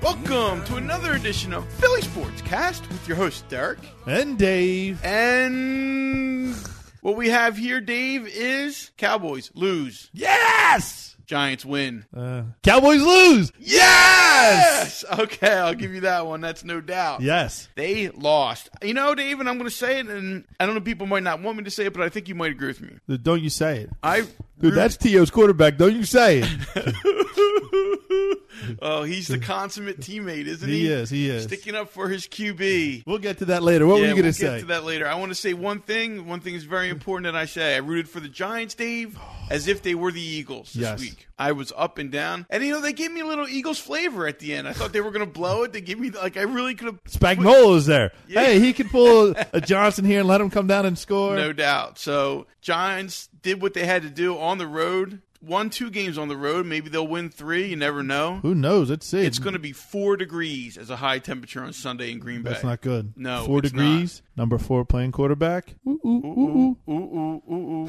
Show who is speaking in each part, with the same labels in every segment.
Speaker 1: welcome to another edition of Philly Sports Cast with your host Derek
Speaker 2: And Dave.
Speaker 1: and what we have here, Dave, is Cowboys lose,
Speaker 2: Yes!
Speaker 1: Giants win.
Speaker 2: Uh, Cowboys lose!
Speaker 1: Yes. Okay, I'll give you that one. That's no doubt.
Speaker 2: Yes.
Speaker 1: They lost. You know, Dave, and I'm going to say it, and I don't know. People might not want me to say it, but I think you might agree with me.
Speaker 2: Don't you say it.
Speaker 1: I
Speaker 2: Dude, that's T.O.'s quarterback. Don't you say it.
Speaker 1: oh, he's the consummate teammate, isn't he?
Speaker 2: he is. He is.
Speaker 1: Sticking up for his QB.
Speaker 2: We'll get to that later. What were you
Speaker 1: we'll
Speaker 2: going
Speaker 1: get
Speaker 2: to say?
Speaker 1: to that later. I want to say one thing. One thing is very important that I say. I rooted for the Giants, Dave, as if they were the Eagles this
Speaker 2: Yes.
Speaker 1: week. I was up and down, and you know they gave me a little Eagles flavor at the end. I thought they were going to blow it. They gave me like I really could have,
Speaker 2: Spagnuolo is there.
Speaker 1: Yeah.
Speaker 2: Hey, he can pull a Johnson here and let him come down and score.
Speaker 1: no doubt. So Giants did what they had to do on the road. Won two games on the road. Maybe they'll win three. You never know.
Speaker 2: Who knows? Let's see.
Speaker 1: It's going to be four degrees as a high temperature on Sunday in Green Bay.
Speaker 2: That's not good.
Speaker 1: No,
Speaker 2: Four
Speaker 1: it's
Speaker 2: degrees. Number four playing quarterback. Ooh, ooh, ooh, ooh.
Speaker 1: Ooh, ooh, ooh, ooh, ooh.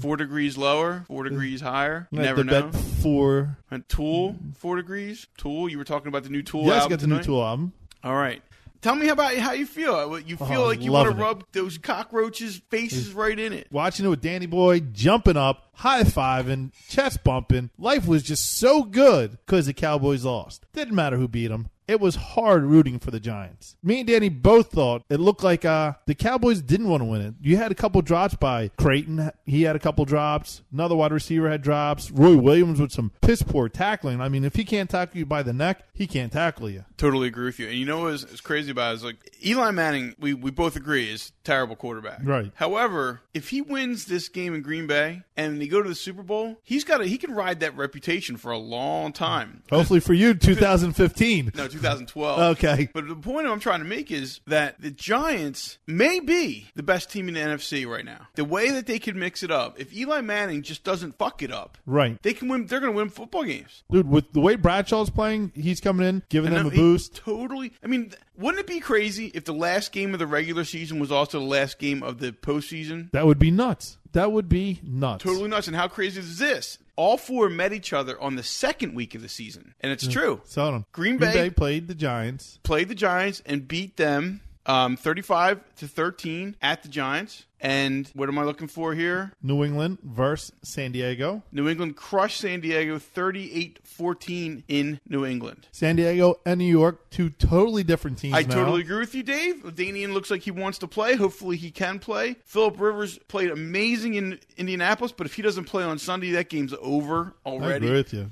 Speaker 1: four degrees lower, four degrees higher. You
Speaker 2: I'm gonna
Speaker 1: never
Speaker 2: have to
Speaker 1: know.
Speaker 2: bet Four.
Speaker 1: And Tool, four degrees. Tool, you were talking about the new Tool
Speaker 2: yes,
Speaker 1: album
Speaker 2: got the new
Speaker 1: tonight.
Speaker 2: Tool album.
Speaker 1: All right. Tell me about how you feel. Uh, You feel
Speaker 2: Oh,
Speaker 1: like you want to
Speaker 2: loving it. Mm.
Speaker 1: rub those cockroaches' faces right in it.
Speaker 2: watching it with Danny Boy, jumping up, high fiving, chest bumping. Life was just so good because the Cowboys lost. Didn't matter who beat them. It was hard rooting for the Giants. Me and Danny both thought it looked like uh, the Cowboys didn't want to win it. You had a couple drops by Creighton. He had a couple drops. Another wide receiver had drops. Roy Williams with some piss poor tackling. I mean, if he can't tackle you by the neck, he can't tackle you.
Speaker 1: Totally agree with you. And you know what is, is crazy about it is like Eli Manning, we, we both agree, is a terrible quarterback.
Speaker 2: Right.
Speaker 1: However, if he wins this game in Green Bay and they go to the Super Bowl, he's got a, he can ride that reputation for a long time.
Speaker 2: Hopefully for you, 2015.
Speaker 1: No, 2012.
Speaker 2: Okay.
Speaker 1: But the point I'm trying to make is that the Giants may be the best team in the NFC right now. The way that they can mix it up, if Eli Manning just doesn't fuck it up,
Speaker 2: Right.
Speaker 1: they can win. They're going to win football games.
Speaker 2: Dude, with the way Bradshaw's playing, he's coming in, giving them a
Speaker 1: And he
Speaker 2: boost.
Speaker 1: Totally. I mean, th- wouldn't it be crazy if the last game of the regular season was also the last game of the postseason?
Speaker 2: That would be nuts. That would be nuts.
Speaker 1: Totally nuts. And how crazy is this? All four met each other on the second week of the season, and it's true.
Speaker 2: Sell them.
Speaker 1: Green Bay-
Speaker 2: played the Giants.
Speaker 1: played the Giants and beat them um, 35 to 13 at the Giants. And what am I looking for here?
Speaker 2: New England versus San Diego.
Speaker 1: New England crushed San Diego 38 14 in New England.
Speaker 2: San Diego and New York, two totally different teams.
Speaker 1: I
Speaker 2: now.
Speaker 1: totally agree with you, Dave. Danian looks like he wants to play. Hopefully, he can play. Philip Rivers played amazing in Indianapolis, but if he doesn't play on Sunday, that game's over
Speaker 2: I
Speaker 1: already.
Speaker 2: agree with you.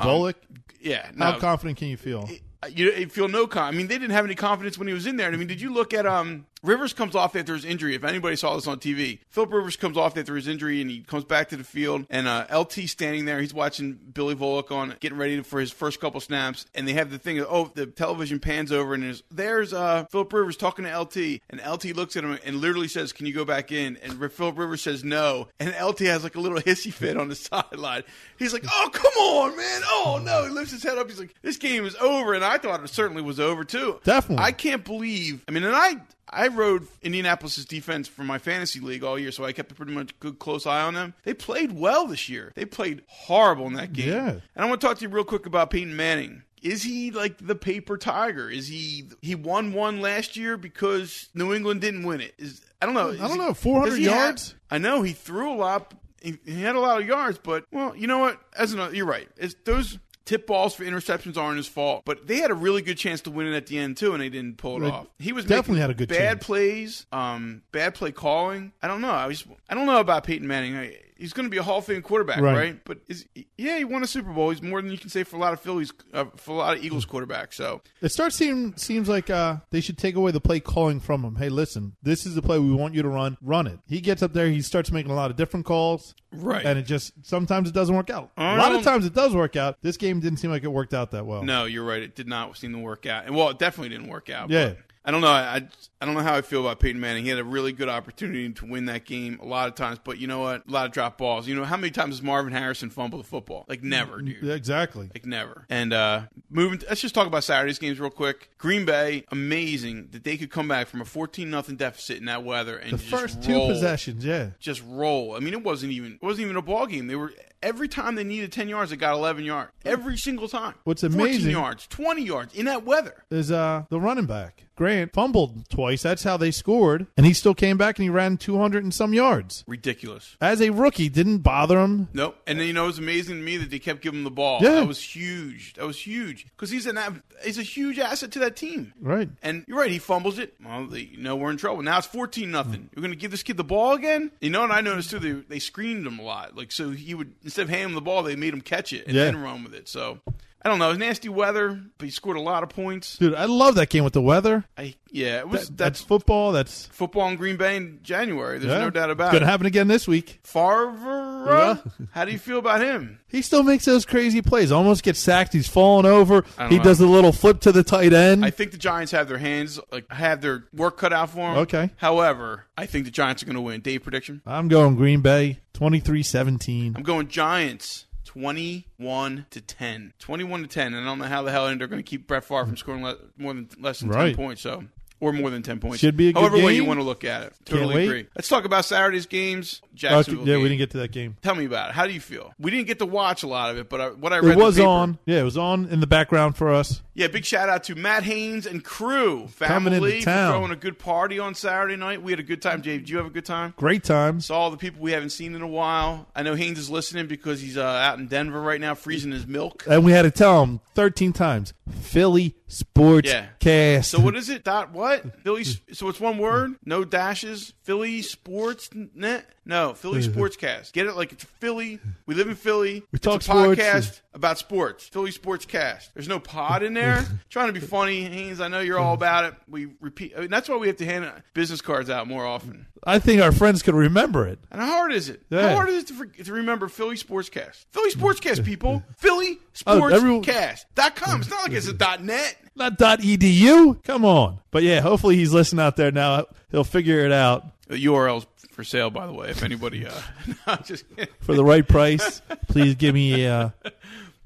Speaker 2: Golick,
Speaker 1: Yeah, Um, no.
Speaker 2: how confident can you feel?
Speaker 1: you, you feel no con. I mean, they didn't have any confidence when he was in there. And I mean, did you look at um Rivers comes off after his injury? If anybody saw this on TV, Philip Rivers comes off after his injury and he comes back to the field. And uh, LT standing there, he's watching Billy Volek on getting ready for his first couple snaps. And they have the thing of oh, the television pans over and there's there's uh Philip Rivers talking to LT, and LT looks at him and literally says, "Can you go back in?" And R- Philip Rivers says, "No." And LT has like a little hissy fit on the sideline. He's like, "Oh come on, man! Oh no!" He lifts his head up. He's like, "This game is over," and I thought it certainly was over too.
Speaker 2: Definitely.
Speaker 1: I can't believe. I mean, and I I rode Indianapolis' defense for my fantasy league all year, so I kept a pretty much good close eye on them. They played well this year. They played horrible in that game.
Speaker 2: Yeah.
Speaker 1: And I want to talk to you real quick about Peyton Manning. Is he like the paper tiger? Is he he won one last year because New England didn't win it? Is I don't know. Is
Speaker 2: don't
Speaker 1: he-
Speaker 2: know, 400
Speaker 1: does he have-
Speaker 2: yards?
Speaker 1: I know he threw a lot. He, he had a lot of yards, but well, you know what? As an, you're right. It's, those tip balls for interceptions aren't his fault, but they had a really good chance to win it at the end too, and they didn't pull it
Speaker 2: They
Speaker 1: off. He was
Speaker 2: definitely
Speaker 1: making
Speaker 2: had a good
Speaker 1: bad
Speaker 2: chance.
Speaker 1: plays, um, bad play calling. I don't know. I was I don't know about Peyton Manning. I, he's going to be a Hall of Fame quarterback,
Speaker 2: Right.
Speaker 1: right? But is yeah, he won a Super Bowl. He's more than you can say for a lot of Phillies, uh, for a lot of Eagles quarterbacks. So
Speaker 2: It starts seem seems like uh, they should take away the play calling from him. Hey, listen, this is the play we want you to run. Run it. He gets up there. He starts making a lot of different calls.
Speaker 1: Right.
Speaker 2: And it just sometimes it doesn't work out.
Speaker 1: I
Speaker 2: a lot
Speaker 1: don't-
Speaker 2: of times it does work out. This game didn't seem like it worked out that well.
Speaker 1: no, you're right. It did not seem to work out, and well, it definitely didn't work out.
Speaker 2: Yeah.
Speaker 1: but I don't know. I, I I don't know how I feel about Peyton Manning. He had a really good opportunity to win that game a lot of times, but you know what? A lot of drop balls. You know how many times has Marvin Harrison fumbled the football? Like never, dude.
Speaker 2: Mm, Yeah, exactly.
Speaker 1: Like never. And uh moving let's just talk about Saturday's games real quick. Green Bay, amazing that they could come back from a 14 nothing deficit in that weather and
Speaker 2: The
Speaker 1: just
Speaker 2: first two
Speaker 1: roll,
Speaker 2: possessions, yeah.
Speaker 1: Just roll. I mean, it wasn't even it wasn't even a ball game. They were Every time they needed 10 yards, they got 11 yards. Every single time.
Speaker 2: Hmm. What's
Speaker 1: 14
Speaker 2: amazing-
Speaker 1: yards, 20 yards in that weather.
Speaker 2: is uh the running back. Grant fumbled twice. That's how they scored, and he still came back and he ran 200 and some yards.
Speaker 1: Ridiculous.
Speaker 2: As a rookie, didn't bother him.
Speaker 1: Nope. And then, you know, it was amazing to me that they kept giving him the ball.
Speaker 2: Yeah.
Speaker 1: That was huge. That was huge. Because he's, an av- he's a huge asset to that team.
Speaker 2: Right.
Speaker 1: And you're right, he fumbles it. Well, they, you know, we're in trouble. Now it's 14
Speaker 2: Hmm.
Speaker 1: nothing. You're going to give this kid the ball again? You know, and I noticed too, they, they screened him a lot. Like, so he would, instead of handing him the ball, they made him catch it and
Speaker 2: Yeah.
Speaker 1: then run with it. So, I don't know. It was nasty weather, but he scored a lot of points.
Speaker 2: Dude, I love that game with the weather.
Speaker 1: I, yeah, it was,
Speaker 2: That,
Speaker 1: that's
Speaker 2: that's football. That's
Speaker 1: football in Green Bay in January. There's
Speaker 2: yeah.
Speaker 1: no doubt
Speaker 2: It's
Speaker 1: about
Speaker 2: gonna
Speaker 1: it.
Speaker 2: happen again this week.
Speaker 1: Favre, how do you feel about him?
Speaker 2: He still makes those crazy plays. Almost gets sacked. He's falling over.
Speaker 1: I don't
Speaker 2: He
Speaker 1: know.
Speaker 2: does a little flip to the tight end.
Speaker 1: I think the Giants have their hands, like, have their work cut out for them.
Speaker 2: Okay.
Speaker 1: However, I think the Giants are going to win. Dave, prediction?
Speaker 2: I'm going Green Bay 23-17.
Speaker 1: I'm going Giants 21 to 10. 21 to 10. And I don't know how the hell they're going to keep Brett Favre from scoring le- more than less than 10
Speaker 2: Right.
Speaker 1: points. So or more than 10 points.
Speaker 2: Should be a good
Speaker 1: However way you
Speaker 2: game.
Speaker 1: want to look at it. Totally
Speaker 2: wait.
Speaker 1: agree. Let's talk about Saturday's games.
Speaker 2: Oh,
Speaker 1: Jacksonville.
Speaker 2: yeah, we
Speaker 1: game.
Speaker 2: didn't get to that game.
Speaker 1: Tell me about it. How do you feel? We didn't get to watch a lot of it, but I, what I read
Speaker 2: It
Speaker 1: in the
Speaker 2: was
Speaker 1: paper-
Speaker 2: on. Yeah, it was on in the background for us.
Speaker 1: Yeah, big shout out to Matt Haynes and crew
Speaker 2: Coming
Speaker 1: family
Speaker 2: into
Speaker 1: for
Speaker 2: town.
Speaker 1: throwing a good party on Saturday night. We had a good time, Dave. Did you have a good time?
Speaker 2: Great times.
Speaker 1: Saw all the people we haven't seen in a while. I know Haynes is listening because he's uh, out in Denver right now, freezing his milk.
Speaker 2: And we had to tell him 13 times Philly Sports
Speaker 1: Yeah.
Speaker 2: Cast.
Speaker 1: So what is it? Dot what? Philly. So it's one word. No dashes. Philly sports. Net? No, Philly
Speaker 2: Mm-hmm.
Speaker 1: sportscast. Get it? Like it's Philly. We live in Philly. We
Speaker 2: talk
Speaker 1: it's a
Speaker 2: sports.
Speaker 1: podcast about sports. Philly sportscast. There's no pod in there. Trying to be funny, Haynes. I know you're all about it. We repeat. I mean, that's why we have to hand business cards out more often.
Speaker 2: I think our friends could remember it.
Speaker 1: And how hard is it?
Speaker 2: Yeah.
Speaker 1: How hard is it to, for, to remember Philly Sportscast? Philly Sportscast, people. Philly
Speaker 2: Oh, everyone-
Speaker 1: Sportscast.com. It's not like it's a dot .net.
Speaker 2: Not dot .edu. Come on. But yeah, hopefully he's listening out there now. He'll figure it out
Speaker 1: The URL's for sale, by the way, if anybody. Uh, no, I'm just kidding.
Speaker 2: for the right price. Please give me uh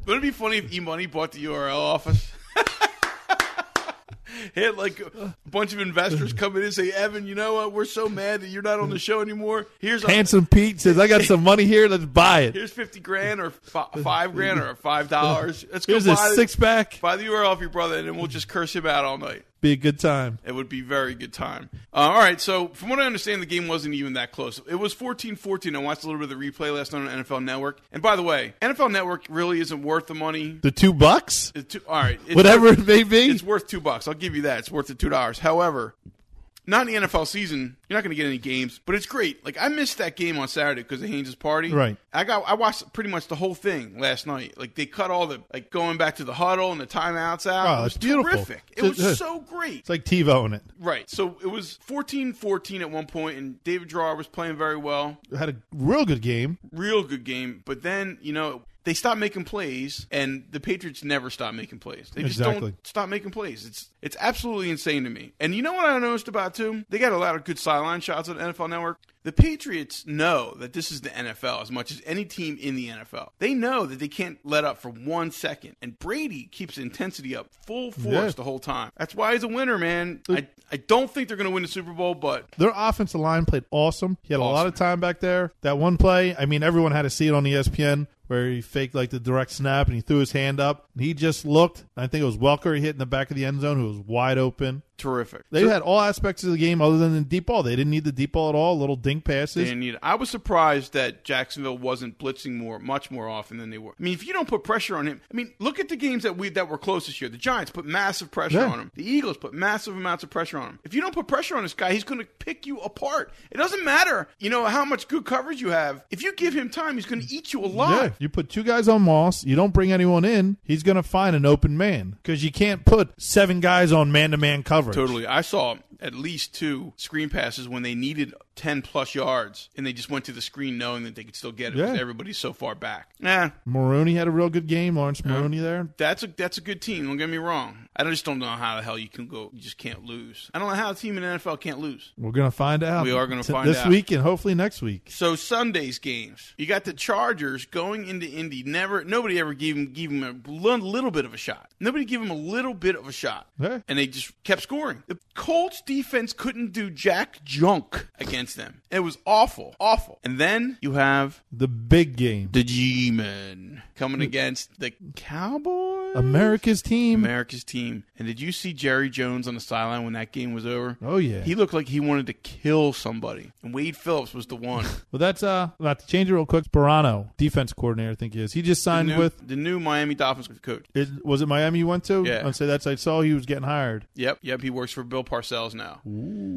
Speaker 1: Wouldn't it be funny if E Money bought the URL off us? Hit like a bunch of investors come in and say, Evan, you know what? We're so mad that you're not on the show anymore. Here's a,
Speaker 2: handsome Pete says I got some money here. Let's buy it.
Speaker 1: here's fifty grand or fi- five grand or five dollars. Let's go
Speaker 2: Here's
Speaker 1: buy,
Speaker 2: a six pack.
Speaker 1: buy the URL of your brother, and then we'll just curse him out all night.
Speaker 2: Be a good time.
Speaker 1: It would be very good time. Uh, all right, so from what I understand, the game wasn't even that close. It was 14-14. I watched a little bit of the replay last night on NFL Network. And by the way, NFL Network really isn't worth the money.
Speaker 2: The two bucks?
Speaker 1: It's two, all right, it's
Speaker 2: Whatever
Speaker 1: worth-
Speaker 2: it may be.
Speaker 1: it's worth two bucks. I'll give you that. It's worth the two dollars. However, not in the NFL season. You're not going to get any games, but it's great. Like I missed that game on Saturday because of Haynes' party.
Speaker 2: Right.
Speaker 1: I got. I watched pretty much the whole thing last night. Like they cut all the like going back to the huddle and the timeouts out.
Speaker 2: Wow,
Speaker 1: it was
Speaker 2: that's Oh, beautiful.
Speaker 1: Terrific. It
Speaker 2: It's-
Speaker 1: was so great.
Speaker 2: It's like TiVoing it.
Speaker 1: Right. So it was 14 14 at one point, and David Drawer was playing very well.
Speaker 2: Had a real good game.
Speaker 1: Real good game. But then, you know, they stopped making plays, and the Patriots never stop making plays. They just
Speaker 2: Exactly.
Speaker 1: don't stop making plays. It's it's absolutely insane to me. And you know what I noticed about, too? They got a lot of good sideline shots on NFL Network. The Patriots know that this is the NFL as much as any team in the NFL. They know that they can't let up for one second. And Brady keeps intensity up full force
Speaker 2: Yeah.
Speaker 1: the whole time. That's why he's a winner, man. I, I don't think they're going to win the Super Bowl, but
Speaker 2: Their offensive line played awesome. He had a lot of time back there. That one play, I mean, everyone had to see it on E ESPN where he faked like the direct snap and he threw his hand up. And he just looked. I think it was Welker he hit in the back of the end zone who was wide open.
Speaker 1: terrific.
Speaker 2: They had all aspects of the game other than the deep ball. They didn't need the deep ball at all. Little dink
Speaker 1: They
Speaker 2: passes.
Speaker 1: didn't need it. I was surprised that Jacksonville wasn't blitzing more, much more often than they were. I mean, if you don't put pressure on him, I mean, look at the games that we that were close this year. The Giants put massive pressure
Speaker 2: Yeah.
Speaker 1: on him. The Eagles put massive amounts of pressure on him. If you don't put pressure on this guy, he's going to pick you apart. It doesn't matter, you know, how much good coverage you have. If you give him time, he's going to eat you
Speaker 2: Yeah,
Speaker 1: alive.
Speaker 2: you put two guys on Moss. You don't bring anyone in. He's going to find an open man because you can't put seven guys on man-to-man coverage.
Speaker 1: Totally. I saw at least two screen passes when they needed 10 plus yards and they just went to the screen knowing that they could still get it because
Speaker 2: Yeah.
Speaker 1: everybody's so far back. Nah,
Speaker 2: Maroney had a real good game. Lawrence Maroney there.
Speaker 1: that's a that's a good team. Don't get me wrong. I just don't know how the hell you can go. You just can't lose. I don't know how a team in the NFL can't lose.
Speaker 2: We're going to find out.
Speaker 1: We are gonna
Speaker 2: t-
Speaker 1: find
Speaker 2: this
Speaker 1: out.
Speaker 2: week and hopefully next week.
Speaker 1: So Sunday's games, you got the Chargers going into Indy. Never, nobody ever gave them gave 'em a li- little bit of a shot. Nobody gave them a little bit of a shot,
Speaker 2: Yeah.
Speaker 1: and they just kept scoring. The Colts defense couldn't do jack junk against them. It was awful, awful. And then you have
Speaker 2: The big game.
Speaker 1: the G-Men coming against the Cowboys.
Speaker 2: America's team.
Speaker 1: America's team. And did you see Jerry Jones on the sideline when that game was over?
Speaker 2: Oh, yeah.
Speaker 1: He looked like he wanted to kill somebody. And Wade Phillips was the one.
Speaker 2: well, that's uh. I'll have to change it real quick. Sperano, defense coordinator, I think he is. He just signed
Speaker 1: new,
Speaker 2: with.
Speaker 1: the new Miami Dolphins coach.
Speaker 2: It, was it Miami you went to?
Speaker 1: Yeah.
Speaker 2: I'd say that's. I saw he was getting hired.
Speaker 1: Yep, yep. He works for Bill Parcells now.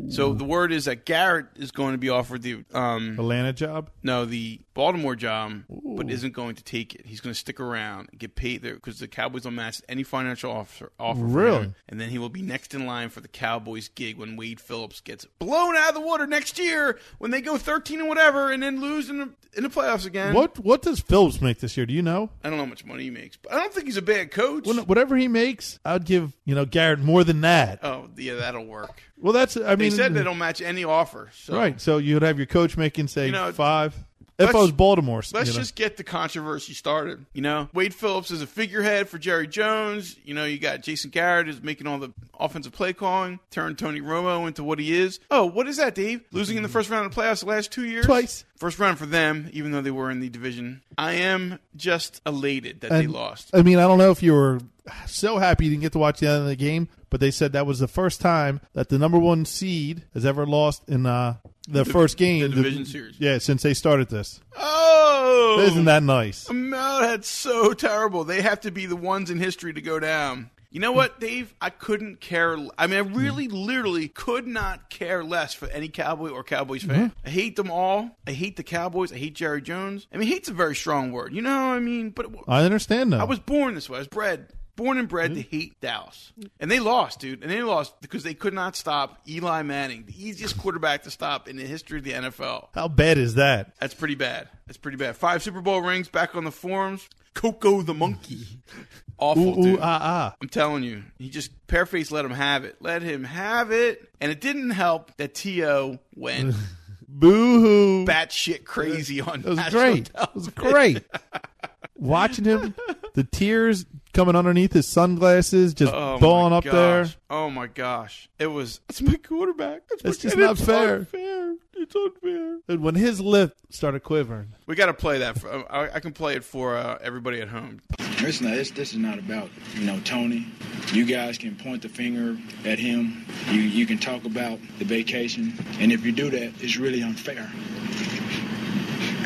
Speaker 1: So the word is that Garrett is going to be offered the um
Speaker 2: Atlanta job.
Speaker 1: no the Baltimore job, but isn't going to take it. He's going to stick around and get paid there because the Cowboys don't match any financial officer offer. for
Speaker 2: Really?
Speaker 1: him. And then he will be next in line for the Cowboys gig when Wade Phillips gets blown out of the water next year when they go thirteen and whatever and then lose in the in the playoffs again.
Speaker 2: What What does Phillips make this year? Do you know?
Speaker 1: I don't know how much money he makes, but I don't think he's a bad coach.
Speaker 2: When- Whatever he makes, I'd give you know Garrett more than that.
Speaker 1: oh yeah, that'll work.
Speaker 2: Well, that's. I
Speaker 1: They
Speaker 2: mean,
Speaker 1: said they don't match any offer. So.
Speaker 2: right. So you'd have your coach making say
Speaker 1: You know,
Speaker 2: five. If I was Baltimore,
Speaker 1: Let's
Speaker 2: you know.
Speaker 1: just get the controversy started. You know, Wade Phillips is a figurehead for Jerry Jones. You know, you got Jason Garrett is making all the offensive play calling, turned Tony Romo into what he is. Oh, what is that, Dave? Losing in the first round of the playoffs the last two years?
Speaker 2: Twice.
Speaker 1: First round for them, even though they were in the division. I am just elated that they
Speaker 2: And,
Speaker 1: lost.
Speaker 2: I mean, I don't know if you were so happy you didn't get to watch the end of the game, but they said that was the first time that the number one seed has ever lost in uh, the, first game,
Speaker 1: the division series.
Speaker 2: Yeah, since they started this,
Speaker 1: Oh!
Speaker 2: isn't that nice?
Speaker 1: No, that's so terrible. They have to be the ones in history to go down. You know what, Dave? I couldn't care. l- I mean, I really, literally could not care less for any Cowboy or Cowboys fan. I hate them all. I hate the Cowboys. I hate Jerry Jones. I mean, hate's a very strong word. You know what I mean? But it-
Speaker 2: I understand though.
Speaker 1: I was born this way. I was bred, born and bred to hate Dallas. And they lost, dude. And they lost because they could not stop Eli Manning, the easiest quarterback to stop in the history of the NFL.
Speaker 2: How bad is that?
Speaker 1: That's pretty bad. That's pretty bad. Five Super Bowl rings back on the forums. Coco the monkey. Awful,
Speaker 2: Ooh, ooh
Speaker 1: dude.
Speaker 2: ah ah.
Speaker 1: I'm telling you, he just Pearface let him have it. Let him have it. And it didn't help that T.O. went
Speaker 2: Boo hoo.
Speaker 1: batshit crazy on
Speaker 2: It was
Speaker 1: national
Speaker 2: great. It was
Speaker 1: television.
Speaker 2: great. Watching him, the tears coming underneath his sunglasses, just
Speaker 1: Oh my
Speaker 2: balling up
Speaker 1: gosh.
Speaker 2: there.
Speaker 1: Oh my gosh. It was that's my quarterback. That's,
Speaker 2: It's
Speaker 1: my,
Speaker 2: just
Speaker 1: and
Speaker 2: not fair.
Speaker 1: unfair. It's unfair.
Speaker 2: And when his lip started quivering,
Speaker 1: We got to play that. For, I, I can play it for uh, everybody at home.
Speaker 3: It's not, it's, this is not about, you know, Tony. You guys can point the finger at him. You, you can talk about the vacation. And if you do that, it's really unfair.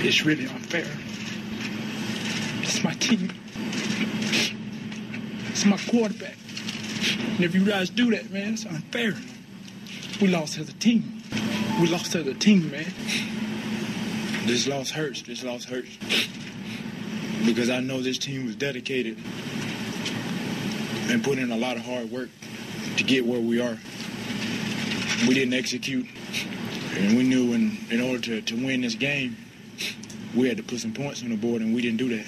Speaker 3: It's really unfair. It's my team. It's my quarterback. And if you guys do that, man, it's unfair. We lost as a team. We lost as a team, man. This loss hurts. This loss hurts because I know this team was dedicated and put in a lot of hard work to get where we are. We didn't execute, and we knew in, in order to, to win this game, we had to put some points on the board, and we didn't do that.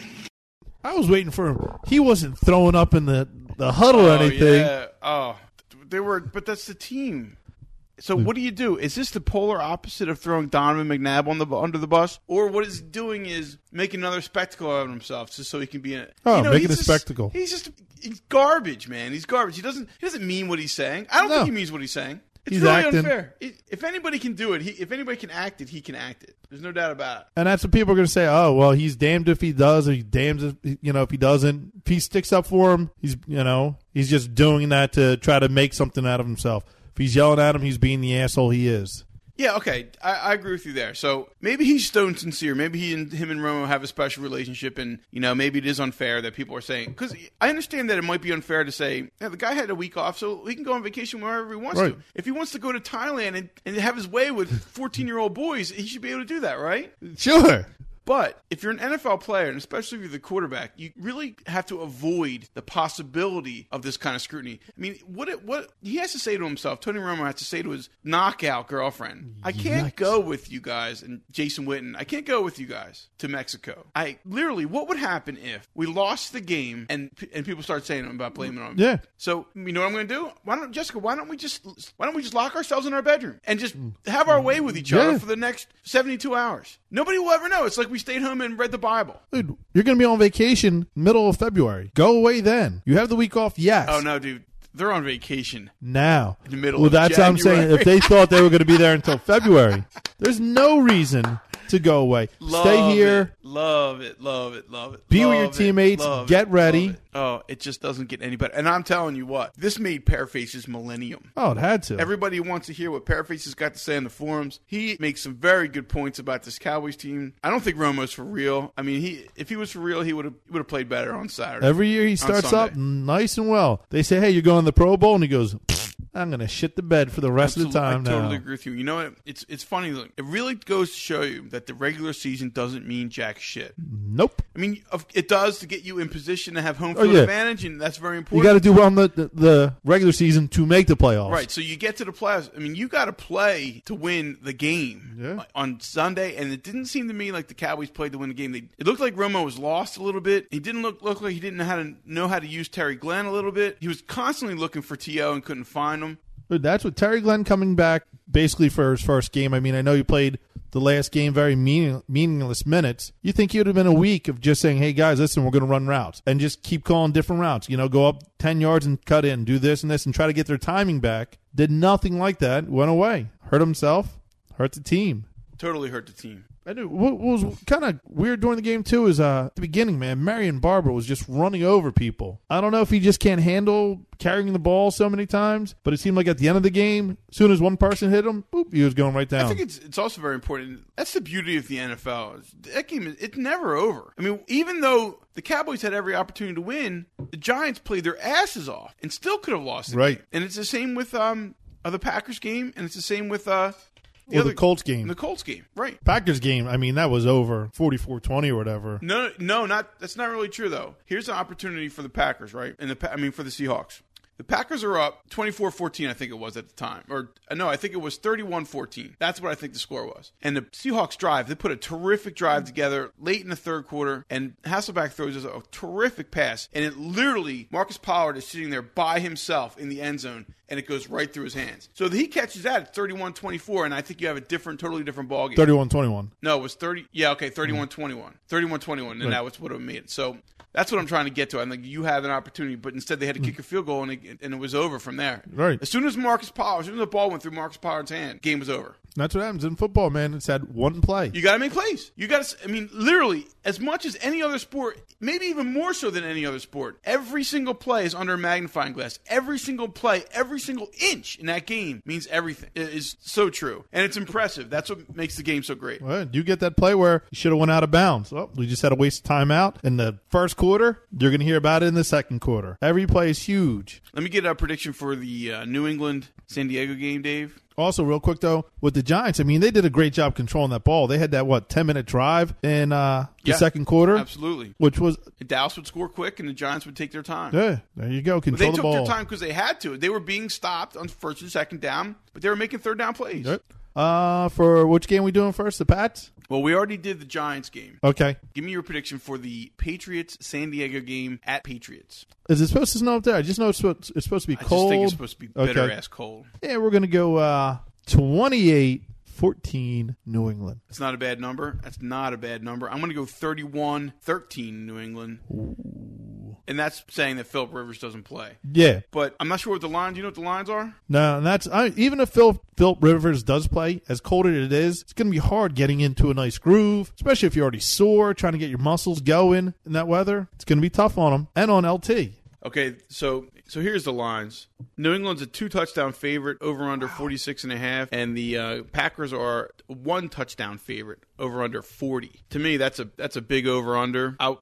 Speaker 2: I was waiting for him. He wasn't throwing up in the, the huddle or anything.
Speaker 1: Oh, yeah. Oh, they were, but that's the team. So
Speaker 2: Hmm.
Speaker 1: what do you do? Is this the polar opposite of throwing Donovan McNabb on the under the bus, or what it's doing is making another spectacle out of himself just so he can be in it?
Speaker 2: Oh, making
Speaker 1: he's
Speaker 2: a
Speaker 1: just-
Speaker 2: spectacle.
Speaker 1: He's just he's garbage, man. He's garbage. He doesn't he doesn't mean what he's saying. I don't
Speaker 2: No.
Speaker 1: think he means what he's saying. It's
Speaker 2: He's
Speaker 1: really
Speaker 2: acting.
Speaker 1: unfair. It- If anybody can do it, he, if anybody can act it, he can act it. There's no doubt about it.
Speaker 2: And that's what people are going to say. Oh, well, he's damned if he does, or he's damned if you know if he doesn't. If he sticks up for him, he's you know he's just doing that to try to make something out of himself. If he's yelling at him, he's being the asshole he is.
Speaker 1: Yeah, okay, I, I agree with you there. So maybe he's stone sincere. Maybe he and him and Romo have a special relationship, and you know maybe it is unfair that people are saying because I understand that it might be unfair to say yeah, the guy had a week off, so he can go on vacation wherever he wants
Speaker 2: Right.
Speaker 1: to. If he wants to go to Thailand and, and have his way with fourteen year old boys, he should be able to do that, right?
Speaker 2: Sure.
Speaker 1: But if you're an NFL player, and especially if you're the quarterback, you really have to avoid the possibility of this kind of scrutiny. I mean, what it, what he has to say to himself, Tony Romo has to say to his knockout girlfriend, I can't
Speaker 2: Yikes.
Speaker 1: go with you guys and Jason Witten. I can't go with you guys to Mexico. I literally, what would happen if we lost the game and and people start saying about blaming on
Speaker 2: Yeah.
Speaker 1: so you know what I'm going to do? Why don't Jessica? Why don't we just why don't we just lock ourselves in our bedroom and just
Speaker 2: Mm.
Speaker 1: have our way with each
Speaker 2: Yeah.
Speaker 1: other for the next 72 hours? Nobody will ever know. It's like we stayed home and read the Bible.
Speaker 2: Dude, you're going to be on vacation middle of February. Go away then. You have the week off, yes.
Speaker 1: Oh no, dude. They're on vacation.
Speaker 2: now.
Speaker 1: the middle
Speaker 2: well,
Speaker 1: of
Speaker 2: that's what I'm saying.
Speaker 1: January.
Speaker 2: If they thought they were going to be there until February, there's no reason to go away.
Speaker 1: Love
Speaker 2: Stay here.
Speaker 1: It. Love it. Love it. Love it.
Speaker 2: Be with your
Speaker 1: love it,
Speaker 2: teammates,
Speaker 1: love
Speaker 2: get
Speaker 1: it,
Speaker 2: ready.
Speaker 1: love it. Oh, it just doesn't get any better. And I'm telling you what, this made Pearface's millennium.
Speaker 2: Oh, it had to.
Speaker 1: Everybody wants to hear what Pearface has got to say on the forums. He makes some very good points about this Cowboys team. I don't think Romo's for real. I mean, he if he was for real, he would have would have played better on Saturday.
Speaker 2: Every year he starts up
Speaker 1: Sunday.
Speaker 2: nice and well. They say, "Hey, you're going to the Pro Bowl," and he goes, "Pfft, "I'm going to shit the bed for the rest of the
Speaker 1: Absolutely.
Speaker 2: time
Speaker 1: I
Speaker 2: now."
Speaker 1: totally agree with you. You know what? It's it's funny. Look, it really goes to show you that the regular season doesn't mean jack shit.
Speaker 2: Nope.
Speaker 1: I mean, of- it does to get you in position to have home
Speaker 2: Oh,
Speaker 1: field
Speaker 2: yeah.
Speaker 1: advantage, and that's very
Speaker 2: You
Speaker 1: important.
Speaker 2: got to do well in the, the the regular season to make the playoffs.
Speaker 1: Right, so you get to the playoffs. I mean, you got to play to win the game
Speaker 2: Yeah.
Speaker 1: on Sunday, and it didn't seem to me like the Cowboys played to win the game. They, it looked like Romo was lost a little bit. He didn't look look like he didn't know how to know how to use Terry Glenn a little bit. He was constantly looking for To and couldn't find him.
Speaker 2: Dude, that's what Terry Glenn coming back basically for his first game. I mean, I know you played the last game very meaning, meaningless minutes. You think he would have been a week of just saying, "Hey guys, listen, we're going to run routes and just keep calling different routes. You know, go up ten yards and cut in, do this and this, and try to get their timing back." Did nothing like that. Went away. Hurt himself. Hurt the team.
Speaker 1: Totally hurt the team.
Speaker 2: I knew what what was kind of weird during the game too is uh at the beginning, man. Marion Barber was just running over people. I don't know if he just can't handle carrying the ball so many times, but it seemed like at the end of the game, as soon as one person hit him, boop, he was going right
Speaker 1: I
Speaker 2: down.
Speaker 1: think it's it's also very important. That's the beauty of the NFL. That game is it's never over. I mean, even though the Cowboys had every opportunity to win, the Giants played their asses off and still could have lost. the
Speaker 2: Right.
Speaker 1: game. and it's the same with um uh, the Packers game, and it's the same with uh the
Speaker 2: Or
Speaker 1: other
Speaker 2: the Colts game,
Speaker 1: the Colts game, right?
Speaker 2: Packers game. I mean, that was over 44-20 or whatever.
Speaker 1: No, no, not that's not really true though. Here's an opportunity for the Packers, right? And the Pa- I mean for the Seahawks. The Packers are up 24-14 I think it was at the time. Or uh, no, I think it was 31-14. That's what I think the score was. And the Seahawks drive, they put a terrific drive together late in the third quarter and Hasselback throws us a terrific pass and it literally Marcus Pollard is sitting there by himself in the end zone and it goes right through his hands. So he catches that at 31-24 and I think you have a different totally different ball game.
Speaker 2: 31-21.
Speaker 1: No, it was 30. Yeah, okay, 31 21. 31 21, and that was what it made it. So that's what I'm trying to get to. I'm like, you have an opportunity, but instead they had to kick a field goal, and it, and it was over from there.
Speaker 2: Right.
Speaker 1: As soon as Marcus Pollard, as soon as the ball went through Marcus Pollard's hand, game was over.
Speaker 2: That's what happens in football, man. It's had one play.
Speaker 1: You got to make plays. You got to, I mean, literally, as much as any other sport, maybe even more so than any other sport, every single play is under a magnifying glass. Every single play, every single inch in that game means everything. It is so true. And it's impressive. That's what makes the game so great.
Speaker 2: Well, you get that play where you should have went out of bounds. Well, we just had a waste of time out in the first quarter. You're going to hear about it in the second quarter. Every play is huge.
Speaker 1: Let me get a prediction for the uh, New England San Diego game, Dave.
Speaker 2: Also, real quick though, with the Giants, I mean, they did a great job controlling that ball. They had that what ten minute drive in uh, the
Speaker 1: Yeah,
Speaker 2: second quarter,
Speaker 1: Absolutely.
Speaker 2: which was
Speaker 1: Dallas would score quick and the Giants would take their time.
Speaker 2: yeah. There you go,
Speaker 1: They
Speaker 2: control
Speaker 1: took
Speaker 2: the ball.
Speaker 1: their time because they had to. They were being stopped on first and second down, but they were making third down plays.
Speaker 2: Yep. Uh, for which game we doing first? The Pats.
Speaker 1: Well, we already did the Giants game.
Speaker 2: Okay.
Speaker 1: Give me your prediction for the Patriots San Diego game at Patriots.
Speaker 2: Is it supposed to snow up there? I just know it's supposed, it's supposed to be
Speaker 1: I
Speaker 2: cold.
Speaker 1: just think it's supposed to be bitter
Speaker 2: Okay.
Speaker 1: ass cold.
Speaker 2: Yeah, we're gonna go uh 28-14 New England.
Speaker 1: That's not a bad number. That's not a bad number. I'm going to go 31 13 New England. And that's saying that Philip Rivers doesn't play.
Speaker 2: Yeah.
Speaker 1: But I'm not sure what the lines. You know what the lines are?
Speaker 2: No, and that's I, even if Phil Phil Rivers does play, as cold as it is, it's going to be hard getting into a nice groove, especially if you're already sore, trying to get your muscles going in that weather. It's going to be tough on him and on LT.
Speaker 1: Okay, so so here's the lines. New England's a two touchdown favorite over under 46 and a half and the uh, Packers are one touchdown favorite over under 40. To me that's a that's a big over under. I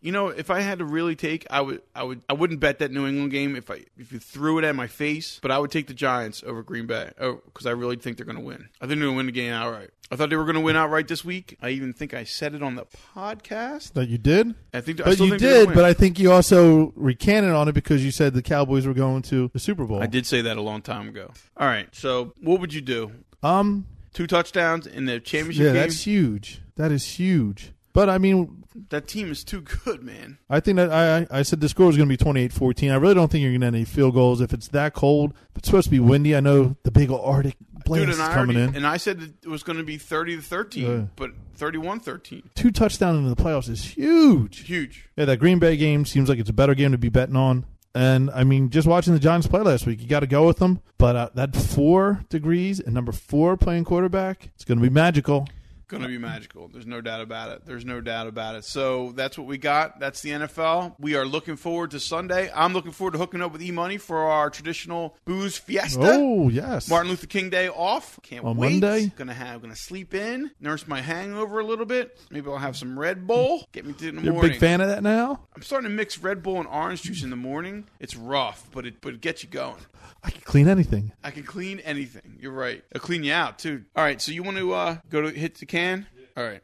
Speaker 1: you know, if I had to really take, I would I would I wouldn't bet that New England game if I if you threw it at my face, but I would take the Giants over Green Bay oh, cuz I really think they're going to win. I think they're going to win the game outright. I thought they were going to win outright this week. I even think I said it on the podcast.
Speaker 2: That you did,
Speaker 1: I think I
Speaker 2: but
Speaker 1: still
Speaker 2: you
Speaker 1: think they're gonna
Speaker 2: did.
Speaker 1: win.
Speaker 2: But I think you also recanted on it because you said the Cowboys were going to the Super Bowl.
Speaker 1: I did say that a long time ago. All right. So what would you do?
Speaker 2: Um,
Speaker 1: Two touchdowns in the championship
Speaker 2: yeah,
Speaker 1: game.
Speaker 2: that's huge. That is huge. But I mean,
Speaker 1: That team is too good, man.
Speaker 2: I think that I I I said the score was going to be 28-14. I really don't think you're going to have any field goals if it's that cold. If it's supposed to be windy. I know the big old Arctic blast
Speaker 1: Dude,
Speaker 2: is
Speaker 1: and I
Speaker 2: coming
Speaker 1: already,
Speaker 2: in.
Speaker 1: and I said it was going to be thirty to thirteen,
Speaker 2: Yeah.
Speaker 1: but 31-13.
Speaker 2: two touchdowns in the playoffs is huge.
Speaker 1: Huge.
Speaker 2: Yeah, that Green Bay game seems like it's a better game to be betting on. And I mean, just watching the Giants play last week, you got to go with them. But uh, that four degrees and number four playing quarterback, it's going to be magical.
Speaker 1: Going to be magical. There's no doubt about it. There's no doubt about it. So that's what we got. That's the NFL. We are looking forward to Sunday. I'm looking forward to hooking up with E Money for our traditional booze fiesta.
Speaker 2: Oh yes,
Speaker 1: Martin Luther King Day off. Can't
Speaker 2: On
Speaker 1: wait.
Speaker 2: Monday?
Speaker 1: Gonna have gonna sleep in, nurse my hangover a little bit. Maybe I'll have some Red Bull. Get me through the
Speaker 2: Hmm. you're a
Speaker 1: morning.
Speaker 2: big fan of that now.
Speaker 1: I'm starting to mix Red Bull and orange juice in the morning. It's rough, but it but it gets you going.
Speaker 2: I can clean anything.
Speaker 1: I can clean anything. You're right. I'll clean you out too. All right, so you want to uh, go to hit the can? All right,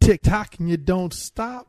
Speaker 2: Tick tock and you don't stop.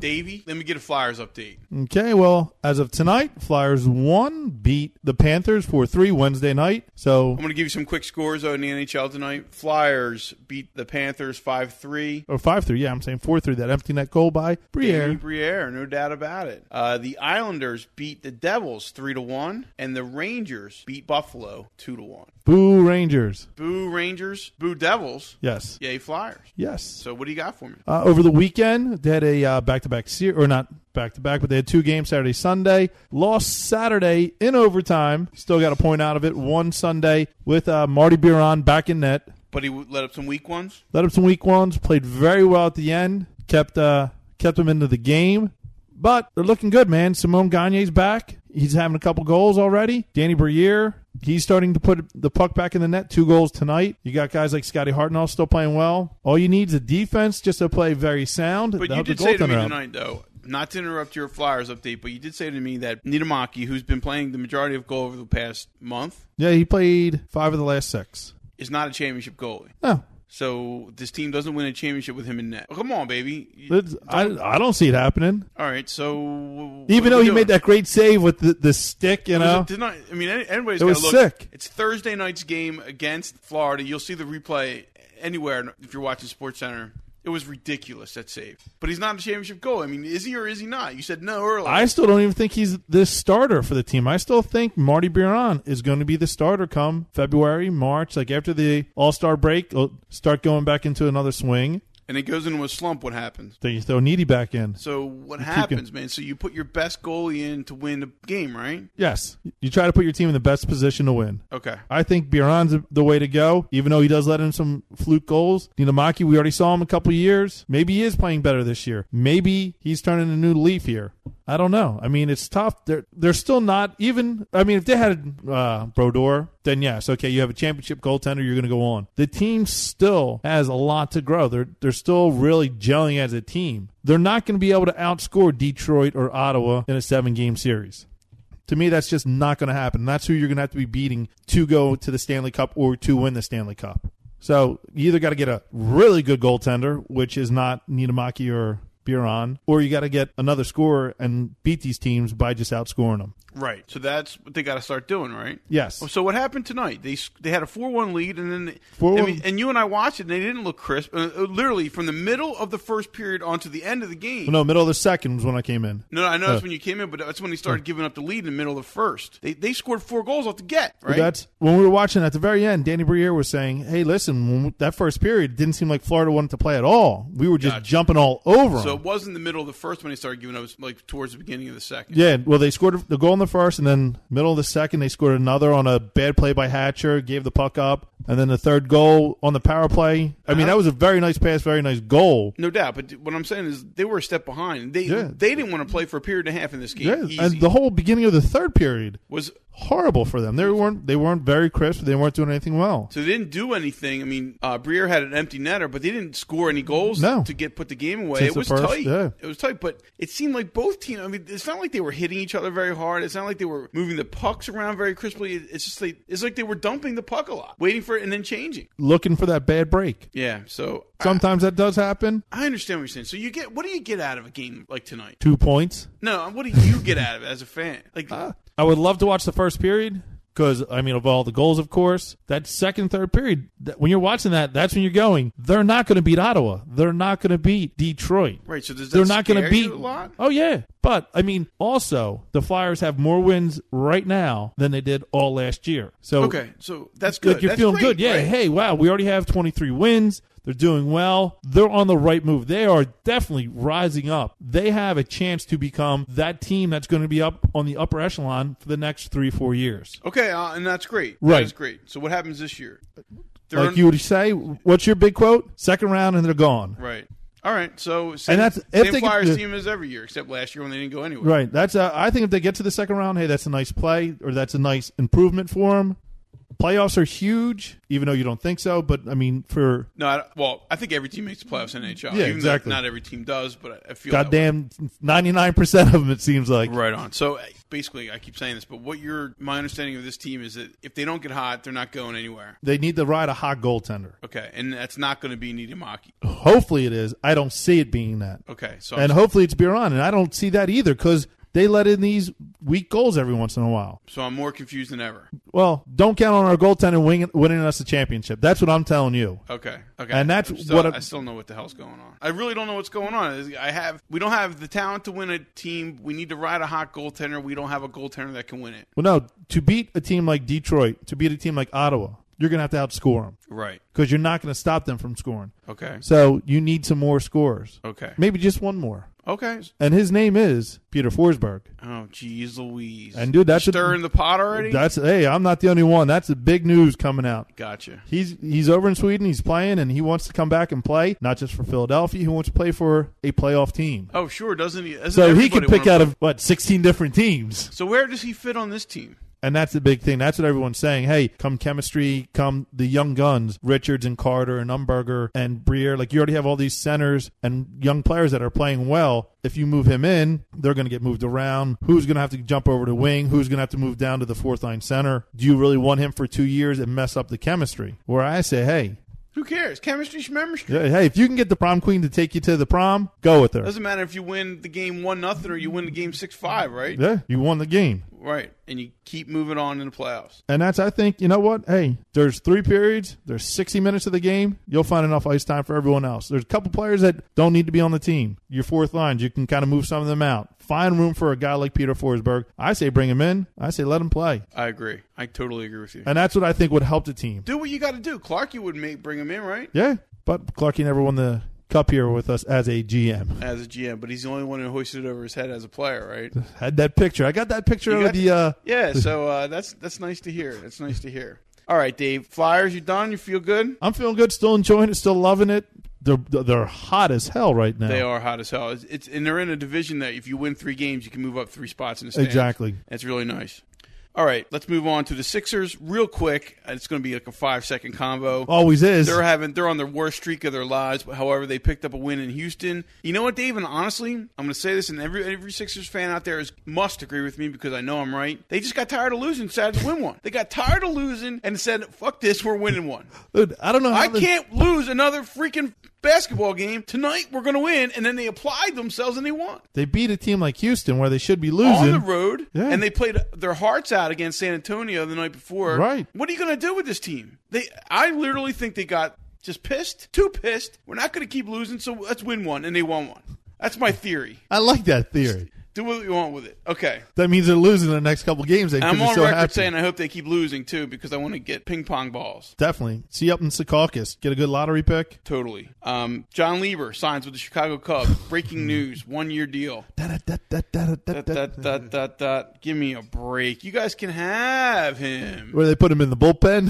Speaker 1: Davey. Let me get a Flyers update.
Speaker 2: Okay, well, as of tonight, Flyers won, beat the Panthers for three Wednesday night. So
Speaker 1: I'm going to give you some quick scores though in the NHL tonight. Flyers beat the Panthers five three.
Speaker 2: or five three, yeah, I'm saying four three. That empty net goal by Briere.
Speaker 1: Briere, no doubt about it. Uh, the Islanders beat the Devils three to one, and the Rangers beat Buffalo two to one.
Speaker 2: Boo Rangers.
Speaker 1: Boo Rangers, boo Devils,
Speaker 2: Yes.
Speaker 1: yay Flyers.
Speaker 2: Yes.
Speaker 1: So what do you got for me?
Speaker 2: Uh, over the weekend, they had a uh, back-to-back series, or not back-to-back, but they had two games Saturday, Sunday. Lost Saturday in overtime. Still got a point out of it. One Sunday with uh, Marty Biron back in net.
Speaker 1: But he w- let up some weak ones.
Speaker 2: Let up some weak ones. Played very well at the end. Kept uh, kept them into the game. But they're looking good, man. Simone Gagne's back. He's having a couple goals already. Danny Briere, he's starting to put the puck back in the net. Two goals tonight. You got guys like Scotty Hartnell still playing well. All you need is a defense just to play very sound.
Speaker 1: But
Speaker 2: to
Speaker 1: you
Speaker 2: help
Speaker 1: did
Speaker 2: the
Speaker 1: say to me
Speaker 2: goaltender out.
Speaker 1: tonight, though, not to interrupt your Flyers update, but you did say to me that Nidamaki, who's been playing the majority of goal over the past month,
Speaker 2: Yeah, he played five of the last six.
Speaker 1: is not a championship goalie.
Speaker 2: No,
Speaker 1: So this team doesn't win a championship with him in net. Oh, come on, baby. You-
Speaker 2: it's- I, I don't see it happening.
Speaker 1: All right, so what
Speaker 2: Even
Speaker 1: are
Speaker 2: though
Speaker 1: we
Speaker 2: he
Speaker 1: doing?
Speaker 2: made that great save with the, the stick, you
Speaker 1: It was-
Speaker 2: know.
Speaker 1: it did not- I mean, any- anybody's
Speaker 2: It
Speaker 1: got to
Speaker 2: was
Speaker 1: look.
Speaker 2: sick.
Speaker 1: It's Thursday night's game against Florida. You'll see the replay anywhere if you're watching Sports Center. It was ridiculous that save. But he's not a championship goalie. I mean, is he or is he not? You said no earlier.
Speaker 2: I still don't even think he's the starter for the team. I still think Marty Biron is going to be the starter come February, March, like after the All Star break. He'll start going back into another swing.
Speaker 1: and it goes into a slump. What happens?
Speaker 2: Then you throw Needy back in.
Speaker 1: So what
Speaker 2: keep
Speaker 1: happens, man? So you put your best goalie in to win the game, right?
Speaker 2: Yes, you try to put your team in the best position to win.
Speaker 1: Okay.
Speaker 2: I think Biron's the way to go, even though he does let in some fluke goals. Dinamaki, we already saw him a couple years. Maybe he is playing better this year. Maybe he's turning a new leaf here. I don't know. I mean, it's tough. They're they're still not even. I mean, if they had uh, Brodor, then yes, okay, you have a championship goaltender. You're going to go on. The team still has a lot to grow. They're they're still really gelling as a team. They're not going to be able to outscore Detroit or Ottawa in a seven game series. To me, that's just not going to happen. That's who you're going to have to be beating to go to the Stanley Cup or to win the Stanley Cup. So you either got to get a really good goaltender, which is not Niedemaki or Biron, or you got to get another scorer and beat these teams by just outscoring them.
Speaker 1: Right. So that's what they got to start doing, right?
Speaker 2: Yes.
Speaker 1: Oh, So what happened tonight? They s- they had a four-one lead, and then they,
Speaker 2: 4-1.
Speaker 1: I mean, and you and I watched it, and they didn't look crisp. Uh, uh, literally from the middle of the first period onto the end of the game.
Speaker 2: No, middle of the second was when I came in.
Speaker 1: No, no, I know that's when you came in, but that's when they started giving up the lead in the middle of the first. They they scored four goals off the get, right?
Speaker 2: That's when we were watching at the very end. Danny Briere was saying, "Hey, listen, when we- that first period it didn't seem like Florida wanted to play at all. We were just jumping all over 'em.
Speaker 1: so it was in the middle of the first when they started giving up, it was, like towards the beginning of the second.
Speaker 2: Yeah, well, they scored the goal in the first, and then middle of the second, they scored another on a bad play by Hatcher, gave the puck up, and then the third goal on the power play. I mean, that was a very nice pass, very nice goal.
Speaker 1: No doubt, but what I'm saying is they were a step behind. They
Speaker 2: Yeah.
Speaker 1: they didn't want to play for a period and a half in this game.
Speaker 2: Yeah,
Speaker 1: E- Easy.
Speaker 2: and the whole beginning of the third period
Speaker 1: was
Speaker 2: horrible for them. They weren't they weren't very crisp. They weren't doing anything well.
Speaker 1: so they didn't do anything. I mean, uh, Breer had an empty netter, but they didn't score any goals
Speaker 2: No.
Speaker 1: to get put the game away.
Speaker 2: Since
Speaker 1: it
Speaker 2: the
Speaker 1: was
Speaker 2: first,
Speaker 1: tight.
Speaker 2: yeah.
Speaker 1: It was tight, but it seemed like both teams. I mean, it's not like they were hitting each other very hard. It's not like they were moving the pucks around very crisply. It- It's just like it's like they were dumping the puck a lot, waiting for it and then changing.
Speaker 2: Looking for that bad break.
Speaker 1: Yeah. So I,
Speaker 2: Sometimes that does happen.
Speaker 1: I understand what you're saying. So you get what do you get out of a game like tonight?
Speaker 2: Two points.
Speaker 1: No, what do you get out of it as a fan? Like.
Speaker 2: I would love to watch the first period because I mean, of all the goals, of course. That second, third period, that, when you're watching that, that's when you're going. They're not going to beat Ottawa. They're not going to beat Detroit.
Speaker 1: Right, so does that
Speaker 2: They're not going to
Speaker 1: scare you
Speaker 2: beat.
Speaker 1: a lot?
Speaker 2: Oh yeah, but I mean, also the Flyers have more wins right now than they did all last year. So
Speaker 1: Okay, so that's good.
Speaker 2: Like you're
Speaker 1: That's
Speaker 2: feeling
Speaker 1: great,
Speaker 2: good. Yeah.
Speaker 1: right?
Speaker 2: Hey, wow, we already have 23 wins. They're doing well. They're on the right move. They are definitely rising up. They have a chance to become that team that's going to be up on the upper echelon for the next three, four years.
Speaker 1: Okay, uh, and that's great.
Speaker 2: Right.
Speaker 1: That's great. So what happens this year? They're
Speaker 2: Like
Speaker 1: in-
Speaker 2: you would say, what's your big quote? Second round and they're gone.
Speaker 1: Right. All right. So same,
Speaker 2: that's- if
Speaker 1: same
Speaker 2: they get-
Speaker 1: Flyers
Speaker 2: yeah.
Speaker 1: team as every year, except last year when they didn't go anywhere.
Speaker 2: Right. That's. Uh, I think if they get to the second round, hey, that's a nice play or that's a nice improvement for them. Playoffs are huge, even though you don't think so. But I mean, for
Speaker 1: No, I, well, I think every team makes the playoffs in NHL.
Speaker 2: Yeah,
Speaker 1: even though
Speaker 2: exactly.
Speaker 1: Not every team does, but I, I feel that way.
Speaker 2: goddamn ninety nine percent of them, it seems like.
Speaker 1: Right on. So uh, basically, I keep saying this, but what your my understanding of this team is that if they don't get hot, they're not going anywhere.
Speaker 2: They need to ride a hot goaltender.
Speaker 1: Okay, and that's not going to be Nidamaki.
Speaker 2: Hopefully, it is. I don't see it being that.
Speaker 1: Okay, so I'm,
Speaker 2: And hopefully, it's Biron. And I don't see that either because they let in these weak goals every once in a while.
Speaker 1: so I'm more confused than ever.
Speaker 2: Well, don't count on our goaltender wing- winning us the championship. That's what I'm telling you.
Speaker 1: Okay, okay,
Speaker 2: And that's
Speaker 1: I'm still,
Speaker 2: what I-
Speaker 1: I still know what the hell's going on. I really don't know what's going on. I have we don't have the talent to win a team. We need to ride a hot goaltender. We don't have a goaltender that can win it.
Speaker 2: Well, no, to beat a team like Detroit, to beat a team like Ottawa, you're going to have to outscore them
Speaker 1: Right.
Speaker 2: because you're not going to stop them from scoring.
Speaker 1: Okay.
Speaker 2: So you need some more scores.
Speaker 1: Okay.
Speaker 2: Maybe just one more.
Speaker 1: Okay.
Speaker 2: And his name is Peter Forsberg.
Speaker 1: Oh, geez, Louise.
Speaker 2: And dude, that's a-
Speaker 1: stirring the pot already.
Speaker 2: That's hey, I'm not the only one. That's the big news coming out.
Speaker 1: gotcha.
Speaker 2: He's he's over in Sweden. He's playing, and he wants to come back and play not just for Philadelphia. He wants to play for a playoff team.
Speaker 1: Oh, sure. Doesn't he? doesn't
Speaker 2: So he
Speaker 1: everybody
Speaker 2: could
Speaker 1: wanna
Speaker 2: pick out of what 16 different teams.
Speaker 1: So where does he fit on this team?
Speaker 2: And that's the big thing. That's what everyone's saying. Hey, come chemistry, come the young guns, Richards and Carter and Umberger and Breer. Like you already have all these centers and young players that are playing well. If you move him in, they're going to get moved around. Who's going to have to jump over to wing? Who's going to have to move down to the fourth line center? Do you really want him for two years and mess up the chemistry? Where I say, hey,
Speaker 1: Who cares? Chemistry, chemistry.
Speaker 2: yeah, hey, if you can get the prom queen to take you to the prom, go with her.
Speaker 1: Doesn't matter if you win the game one nothing or you win the game six five, right?
Speaker 2: Yeah, you won the game.
Speaker 1: Right, and you keep moving on in the playoffs.
Speaker 2: And that's, I think, you know what? Hey, there's three periods. There's 60 minutes of the game. You'll find enough ice time for everyone else. There's a couple players that don't need to be on the team. Your fourth lines, you can kind of move some of them out. Find room for a guy like Peter Forsberg. I say bring him in. I say let him play.
Speaker 1: I agree. I totally agree with you.
Speaker 2: And that's what I think would help the team.
Speaker 1: do what you got to do. Clark, you would make bring him in, right?
Speaker 2: Yeah. But Clarky never won the cup here with us as a GM.
Speaker 1: As a GM, but he's the only one who hoisted it over his head as a player, right?
Speaker 2: Had that picture. I got that picture
Speaker 1: You
Speaker 2: of
Speaker 1: got-
Speaker 2: the. Uh,
Speaker 1: yeah. So uh, that's that's nice to hear. That's nice to hear. All right, Dave. Flyers, you done? You feel good?
Speaker 2: I'm feeling good. Still enjoying it. Still loving it. They're, they're hot as hell right now.
Speaker 1: They are hot as hell. It's, it's and they're in a division that if you win three games, you can move up three spots in the standings.
Speaker 2: Exactly.
Speaker 1: That's really nice. All right, let's move on to the Sixers real quick. It's going to be like a five second combo.
Speaker 2: Always is.
Speaker 1: They're having they're on the worst streak of their lives. But however, they picked up a win in Houston. You know what, Dave? And honestly, I'm going to say this, and every every Sixers fan out there is must agree with me because I know I'm right. They just got tired of losing, decided to win one. They got tired of losing and said, "Fuck this, we're winning one."
Speaker 2: Dude, I don't know how
Speaker 1: I
Speaker 2: this-
Speaker 1: can't lose another freaking basketball game tonight. We're going to win, and then they applied themselves and they won
Speaker 2: They beat a team like Houston where they should be
Speaker 1: on
Speaker 2: losing.
Speaker 1: the road,
Speaker 2: Yeah.
Speaker 1: and they played their hearts out against San Antonio the night before.
Speaker 2: Right.
Speaker 1: What are you going to do with this team? They, I literally think they got just pissed, too pissed. We're not going to keep losing, so let's win one, and they won one. That's my theory.
Speaker 2: I like that theory.
Speaker 1: Do what you want with it. Okay.
Speaker 2: That means they're losing the next couple games. They
Speaker 1: And I'm
Speaker 2: they're
Speaker 1: on
Speaker 2: so
Speaker 1: record
Speaker 2: happy.
Speaker 1: saying I hope they keep losing too because I want to get ping pong balls.
Speaker 2: Definitely. See you up in Secaucus. Get a good lottery pick.
Speaker 1: Totally. Um, John Lieber signs with the Chicago Cubs. Breaking news: one year deal. Dot, dot, dot, dot, dot. Give me a break. You guys can have him.
Speaker 2: Where they put him in the bullpen.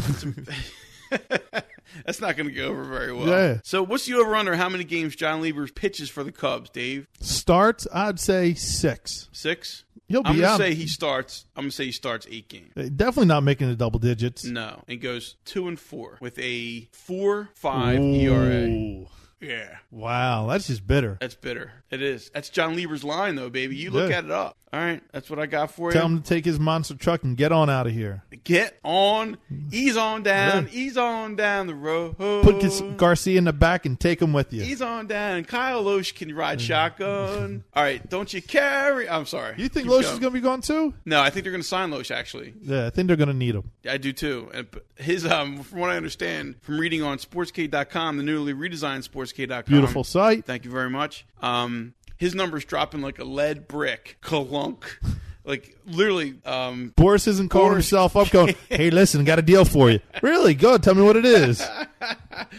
Speaker 1: That's not going to go over very well.
Speaker 2: Yeah.
Speaker 1: So, what's the over under? How many games John Lieber pitches for the Cubs, Dave?
Speaker 2: Starts, I'd say six.
Speaker 1: Six?
Speaker 2: He'll
Speaker 1: I'm going
Speaker 2: be
Speaker 1: to
Speaker 2: out.
Speaker 1: say he starts. I'm going to say he starts eight games.
Speaker 2: Eh, Definitely not making the double digits.
Speaker 1: No. And goes two and four with a E 4 5 ERA.
Speaker 2: Ooh.
Speaker 1: Yeah.
Speaker 2: Wow, that's just bitter.
Speaker 1: That's bitter. It is. That's John Lieber's line, though, baby. You look
Speaker 2: Yeah.
Speaker 1: at it up. All right. That's what I got for
Speaker 2: Tell
Speaker 1: you.
Speaker 2: him to take his monster truck and get on out of here.
Speaker 1: Get on. Ease on down.
Speaker 2: Yeah.
Speaker 1: Ease on down the road.
Speaker 2: Put Gas- Garcia in the back and take him with you.
Speaker 1: He's on down. Kyle Loesch can ride
Speaker 2: Mm.
Speaker 1: shotgun. All right, don't you carry? I'm sorry.
Speaker 2: You think
Speaker 1: Keep
Speaker 2: Loesch is
Speaker 1: going.
Speaker 2: going to be gone too?
Speaker 1: No, I think they're going to sign Loesch. Actually,
Speaker 2: Yeah, I think they're going to need him.
Speaker 1: I do too. And but his um, from what I understand from reading on SportsK.com, the newly redesigned SportsK.com.
Speaker 2: Beautiful sight.
Speaker 1: Thank you very much. Um, his numbers dropping like a lead brick. Kalunk. Like literally, um,
Speaker 2: Boris isn't calling
Speaker 1: Boris-
Speaker 2: himself up going, hey, listen, got a deal for you. Really? Go tell me what it is.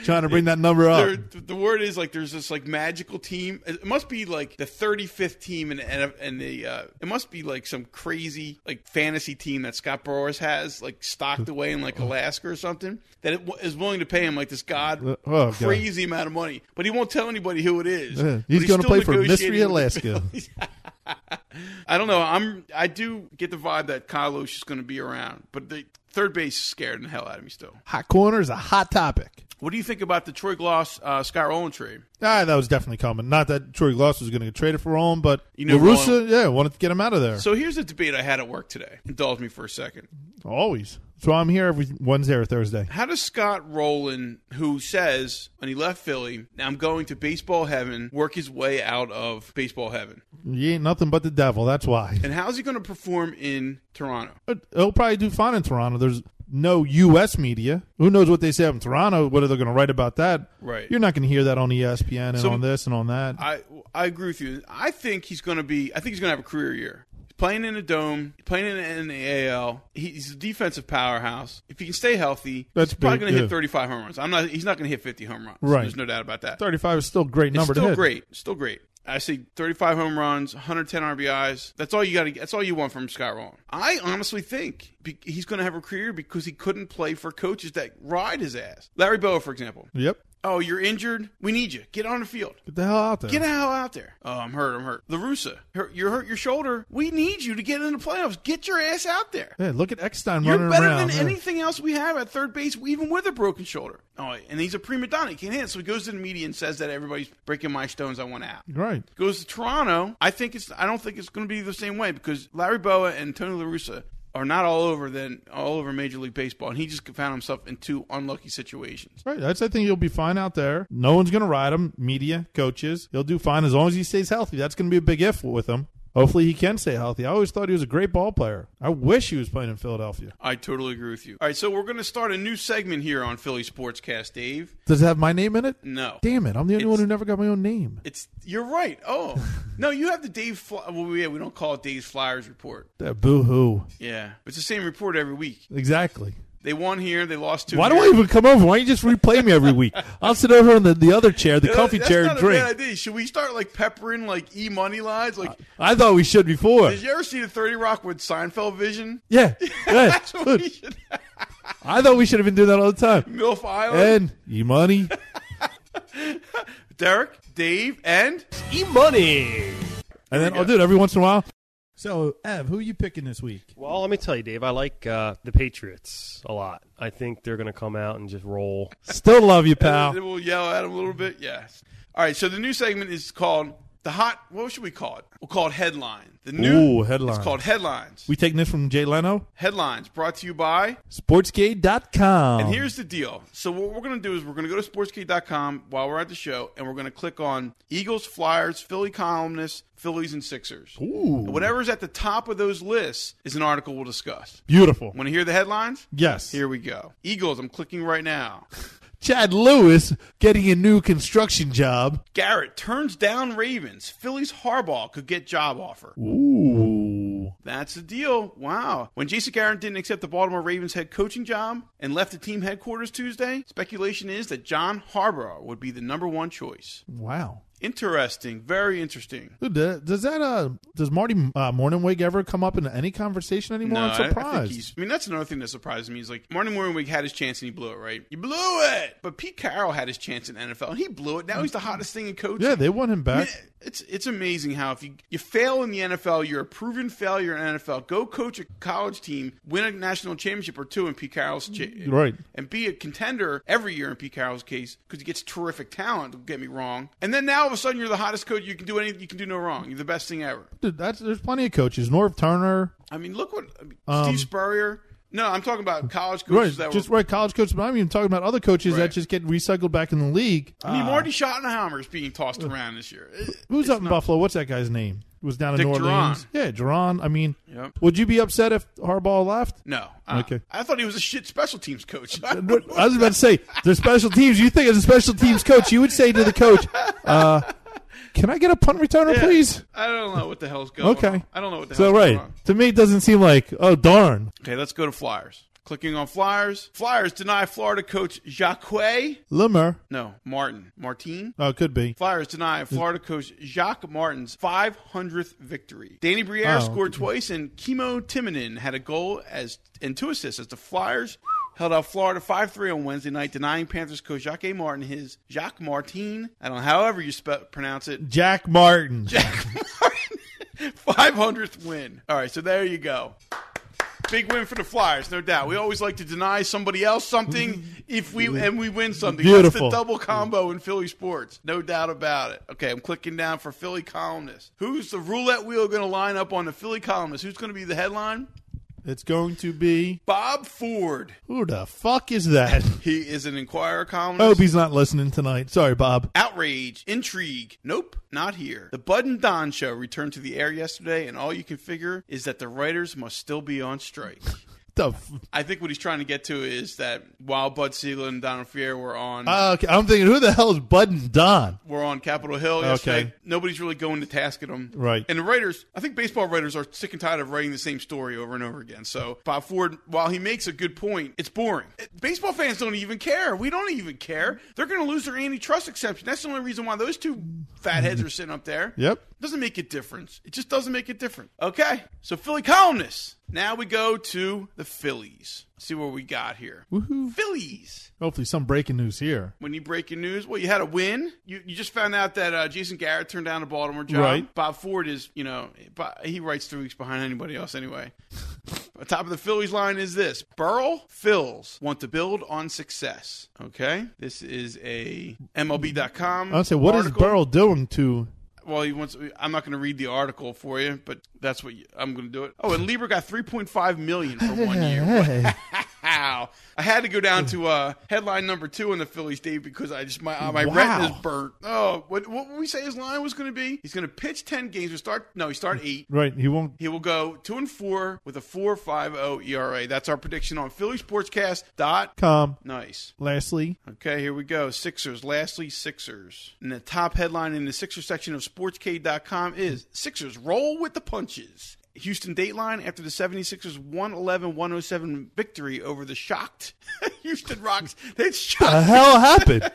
Speaker 2: Trying to bring that number up. Uh,
Speaker 1: there, th- the word is like there's this like magical team. It it must be like the 35th team, and and, and the uh, it must be like some crazy like fantasy team that Scott Burrows has like stocked away in like Alaska or something that it w- is willing to pay him like this god
Speaker 2: oh, God.
Speaker 1: crazy amount of money, but he won't tell anybody who it is.
Speaker 2: Yeah,
Speaker 1: But
Speaker 2: he's gonna
Speaker 1: still
Speaker 2: play for
Speaker 1: negotiating
Speaker 2: Mystery
Speaker 1: with the
Speaker 2: Alaska.
Speaker 1: Bills. I don't know. I'm I do get the vibe that Kyle Loesch is going to be around, but the third base is scared the hell out of me still.
Speaker 2: Hot corner is a hot topic.
Speaker 1: What do you think about the Troy Gloss uh, Sky Rowland trade?
Speaker 2: Ah, that was definitely coming. Not that Troy Gloss was going to trade it for Rome, but
Speaker 1: You knew
Speaker 2: LaRussa, yeah, wanted to get him out of there.
Speaker 1: So here's a debate I had at work today. Indulge me for a second.
Speaker 2: Always. So I'm here every Wednesday or Thursday.
Speaker 1: How does Scott Rowland, who says when he left Philly, now I'm going to baseball heaven, work his way out of baseball heaven?
Speaker 2: He ain't nothing but the devil. That's why.
Speaker 1: And how's he going to perform in Toronto?
Speaker 2: But He'll probably do fine in Toronto. There's no U.S. media. Who knows what they say up in Toronto? Whether they're going to write about that?
Speaker 1: Right.
Speaker 2: You're not going to hear that on E ESPN and
Speaker 1: So-
Speaker 2: on this and on that.
Speaker 1: I I agree with you. I think he's going to be. I think he's going to have a career year. He's playing in a dome. He's playing in the AL. He's a defensive powerhouse. If he can stay healthy,
Speaker 2: That's
Speaker 1: he's probably
Speaker 2: big,
Speaker 1: going to
Speaker 2: yeah.
Speaker 1: hit 35 home runs. I'm not. He's not going to hit 50 home runs.
Speaker 2: Right.
Speaker 1: There's no doubt about that.
Speaker 2: 35 is still a great number
Speaker 1: it's
Speaker 2: to
Speaker 1: still
Speaker 2: hit.
Speaker 1: great. Still great. I see 35 home runs, 110 RBIs. That's all you got. to That's all you want from Scott Rowland. I honestly think be, he's going to have a career because he couldn't play for coaches that ride his ass. Larry Boa, for example.
Speaker 2: Yep.
Speaker 1: Oh, you're injured. We need you. Get on the field.
Speaker 2: Get the hell out there.
Speaker 1: Get the hell out there. Oh, I'm hurt. I'm hurt. Larusa, hurt, you're hurt your shoulder. We need you to get in the playoffs. Get your ass out there.
Speaker 2: Yeah, look at Eckstein
Speaker 1: You're
Speaker 2: running
Speaker 1: better
Speaker 2: around.
Speaker 1: than
Speaker 2: yeah.
Speaker 1: anything else we have at third base, even with a broken shoulder. Oh, and he's a prima donna. He can't hit. So he goes to the media and says that everybody's breaking my stones. I want out.
Speaker 2: Right.
Speaker 1: Goes to Toronto. I think it's. I don't think it's going to be the same way because Larry Boa and Tony La Russa are not all over then all over Major League Baseball, and he just found himself in two unlucky situations.
Speaker 2: Right. That's, I think he'll be fine out there. No one's going to ride him. Media, coaches. He'll do fine as long as he stays healthy. That's going to be a big if with him. Hopefully he can stay healthy. I always thought he was a great ball player. I wish he was playing in Philadelphia.
Speaker 1: I totally agree with you. All right, so we're going to start a new segment here on Philly Sportscast, Dave.
Speaker 2: Does it have my name in it?
Speaker 1: No.
Speaker 2: Damn it. I'm the only
Speaker 1: It's-
Speaker 2: one who never got my own name.
Speaker 1: It's you're right. Oh no, you have the Dave. Fly- well, yeah, we don't call it Dave's Flyers report.
Speaker 2: That boo hoo.
Speaker 1: Yeah, it's the same report every week.
Speaker 2: Exactly.
Speaker 1: They won here, they lost two.
Speaker 2: Why do
Speaker 1: here.
Speaker 2: I even come over? Why don't you just replay me every week? I'll sit over on the, the other chair, the
Speaker 1: That-
Speaker 2: comfy
Speaker 1: that's
Speaker 2: chair,
Speaker 1: not
Speaker 2: and
Speaker 1: a
Speaker 2: drink. Uh,
Speaker 1: bad idea. Should we start like peppering like e money lines? Like,
Speaker 2: I thought we should before.
Speaker 1: did you ever see the Thirty Rock with Seinfeld Vision?
Speaker 2: Yeah. yeah.
Speaker 1: That's what we should.
Speaker 2: I thought we should have been doing that all the time.
Speaker 1: Milf Island,
Speaker 2: And you money.
Speaker 1: Derek, Dave, and
Speaker 4: E E-money.
Speaker 2: And then I'll do it every once in a while. So, Ev, who are you picking this week?
Speaker 4: Well, let me tell you, Dave, I like uh, the Patriots a lot. I think they're going to come out and just roll.
Speaker 2: Still love you,
Speaker 1: Then
Speaker 2: pal.
Speaker 1: we'll yell at him a little bit. Yes. All right. So the new segment is called the hot. What should we call it? We'll call it headline. The new
Speaker 2: Ooh, headline.
Speaker 1: It's called headlines.
Speaker 2: We taking this from Jay Leno?
Speaker 1: headlines brought to you by.
Speaker 2: Sportsgate.com.
Speaker 1: And here's the deal. So what we're going to do is we're going to go to sportsgate.com while we're at the show, and we're going to click on Eagles, Flyers, Philly columnists, Phillies, and Sixers. Ooh. Whatever's at the top of those lists is an article we'll discuss.
Speaker 2: Beautiful.
Speaker 1: Want to hear the headlines?
Speaker 2: Yes.
Speaker 1: Here we go. Eagles. I'm clicking right now.
Speaker 2: Chad Lewis getting a new construction job.
Speaker 1: Garrett turns down Ravens. Phillies Harbaugh could get job offer.
Speaker 2: Ooh.
Speaker 1: That's the deal. Wow. When Jason Garrett didn't accept the Baltimore Ravens head coaching job and left the team headquarters Tuesday, speculation is that John Harbaugh would be the number one choice.
Speaker 2: Wow.
Speaker 1: Interesting. Very interesting.
Speaker 2: Dude, th- does that uh does Marty uh, Morningwig ever come up in any conversation anymore?
Speaker 1: I-
Speaker 2: I'm surprised.
Speaker 1: I, think he's. I mean, that's another thing that surprises me is like Martin Morningwig had his chance and he blew it, right? He blew it. But Pete Carroll had his chance in NFL and he blew it. Now he's the hottest thing in coaching.
Speaker 2: yeah, they want him
Speaker 1: I
Speaker 2: back.
Speaker 1: mean, it's it's amazing how if you, you fail in the NFL, you're a proven failure in NFL. Go coach a college team, win a national championship or two in Pete Carroll's cha-
Speaker 2: Right.
Speaker 1: and be a contender every year in Pete Carroll's case because he gets terrific talent. Don't get me wrong. And then now all of a sudden you're the hottest coach. You can do anything. You can do no wrong. You're the best thing ever.
Speaker 2: Dude, that's, there's plenty of coaches. Norv Turner,
Speaker 1: I mean, look what I mean,
Speaker 2: Um,
Speaker 1: Steve Spurrier. No, I'm talking about college
Speaker 2: right?
Speaker 1: coaches that
Speaker 2: Just
Speaker 1: were.
Speaker 2: right college coaches, but I'm even talking about other coaches
Speaker 1: Right.
Speaker 2: that just get recycled back in the league.
Speaker 1: I mean, Marty Schottenheimer is being tossed around this year. Uh, It-
Speaker 2: Who's
Speaker 1: it's
Speaker 2: up in
Speaker 1: not-
Speaker 2: Buffalo? What's that guy's name? It was down in
Speaker 1: Dick
Speaker 2: New Orleans.
Speaker 1: Duran.
Speaker 2: Yeah, Duran. I mean,
Speaker 1: Yep.
Speaker 2: would you be upset if Harbaugh left?
Speaker 1: No. Uh,
Speaker 2: Okay.
Speaker 1: I thought he was a shit special teams coach.
Speaker 2: I was about to say, there's special teams. You think as a special teams coach, you would say to the coach, uh, Can I get a punt returner,
Speaker 1: Yeah.
Speaker 2: please?
Speaker 1: I don't know what the hell's going
Speaker 2: Okay.
Speaker 1: on. I don't know what the
Speaker 2: So
Speaker 1: hell's
Speaker 2: right
Speaker 1: going on.
Speaker 2: to me, it doesn't seem like oh darn.
Speaker 1: Okay, let's go to Flyers. Clicking on Flyers. Flyers deny Florida coach Jacques.
Speaker 2: Limmer,
Speaker 1: No, Martin. Martin?
Speaker 2: oh it could be.
Speaker 1: Flyers deny Florida coach Jacques Martin's 500th victory. Danny Briere
Speaker 2: Oh.
Speaker 1: scored twice, and Kimo Timonen had a goal as and two assists as the Flyers held out Florida 5-3 on Wednesday night, denying Panthers coach Jacques Martin his Jacques Martin. I don't know, however you spe- pronounce it.
Speaker 2: Jack Martin.
Speaker 1: 500th win. All right, so there you go. Big win for the Flyers, no doubt. We always like to deny somebody else something if we and we win something.
Speaker 2: Beautiful.
Speaker 1: That's the double combo in Philly sports, no doubt about it. Okay, I'm clicking down for Philly columnist. Who's the roulette wheel going to line up on the Philly columnist? Who's going to be the headline?
Speaker 2: It's going to be
Speaker 1: Bob Ford.
Speaker 2: who the fuck is that?
Speaker 1: He is an Inquirer columnist.
Speaker 2: I hope he's not listening tonight. Sorry, Bob.
Speaker 1: Outrage, intrigue. Nope, not here. The Bud and Don show returned to the air yesterday, and all you can figure is that the writers must still be on strike.
Speaker 2: The f-
Speaker 1: I think what he's trying to get to is that while Bud Siegel and Donald Fear were on
Speaker 2: Ah, okay, I'm thinking who the hell is Bud and Don?
Speaker 1: were on Capitol Hill yesterday,
Speaker 2: Okay.
Speaker 1: nobody's really going to task at them.
Speaker 2: Right.
Speaker 1: And the writers, I think baseball writers are sick and tired of writing the same story over and over again. So Bob Ford, while he makes a good point, it's boring. Baseball fans don't even care. We don't even care. They're going to lose their antitrust exemption. That's the only reason why those two fatheads are sitting up there.
Speaker 2: Yep.
Speaker 1: Doesn't make a difference. It just doesn't make a difference. Okay. So Philly columnists. Now we go to the Phillies. See what we got here.
Speaker 2: Woohoo.
Speaker 1: Phillies
Speaker 2: Hopefully, some breaking news here.
Speaker 1: when you break your news. Well, you had a win. You, you just found out that uh, Jason Garrett turned down a Baltimore job.
Speaker 2: Right.
Speaker 1: Bob Ford is, you know, Bo- he writes three weeks behind anybody else anyway. On top of the Phillies line is this Burl Phils want to build on success. Okay. This is a MLB.com.
Speaker 2: I say, what is
Speaker 1: article.
Speaker 2: Burrow doing to?
Speaker 1: Well, he wants. I'm not going to read the article for you, but that's what you, I'm going to do it. Oh, and Lieber got 3.5 million for one year. Wow! I had to go down to uh, headline number two in the Phillies, Dave, because I just my uh, my
Speaker 2: Wow.
Speaker 1: retina's burnt. Oh, what what would we say his line was going to be? He's going to pitch 10 games. We start no, he start eight.
Speaker 2: right, he won't.
Speaker 1: He will go two and four oh with a 4.50 ERA. That's our prediction on Philly Sportscast dot.
Speaker 2: Come,
Speaker 1: Nice.
Speaker 2: lastly,
Speaker 1: Okay, here we go. Sixers. Lastly, Sixers. And the top headline in the Sixers section of SportsK.com is Sixers roll with the punches. Houston Dateline after the 76ers 111 107 victory over the shocked Houston Rocks. They
Speaker 2: the
Speaker 1: shocked.
Speaker 2: hell happened?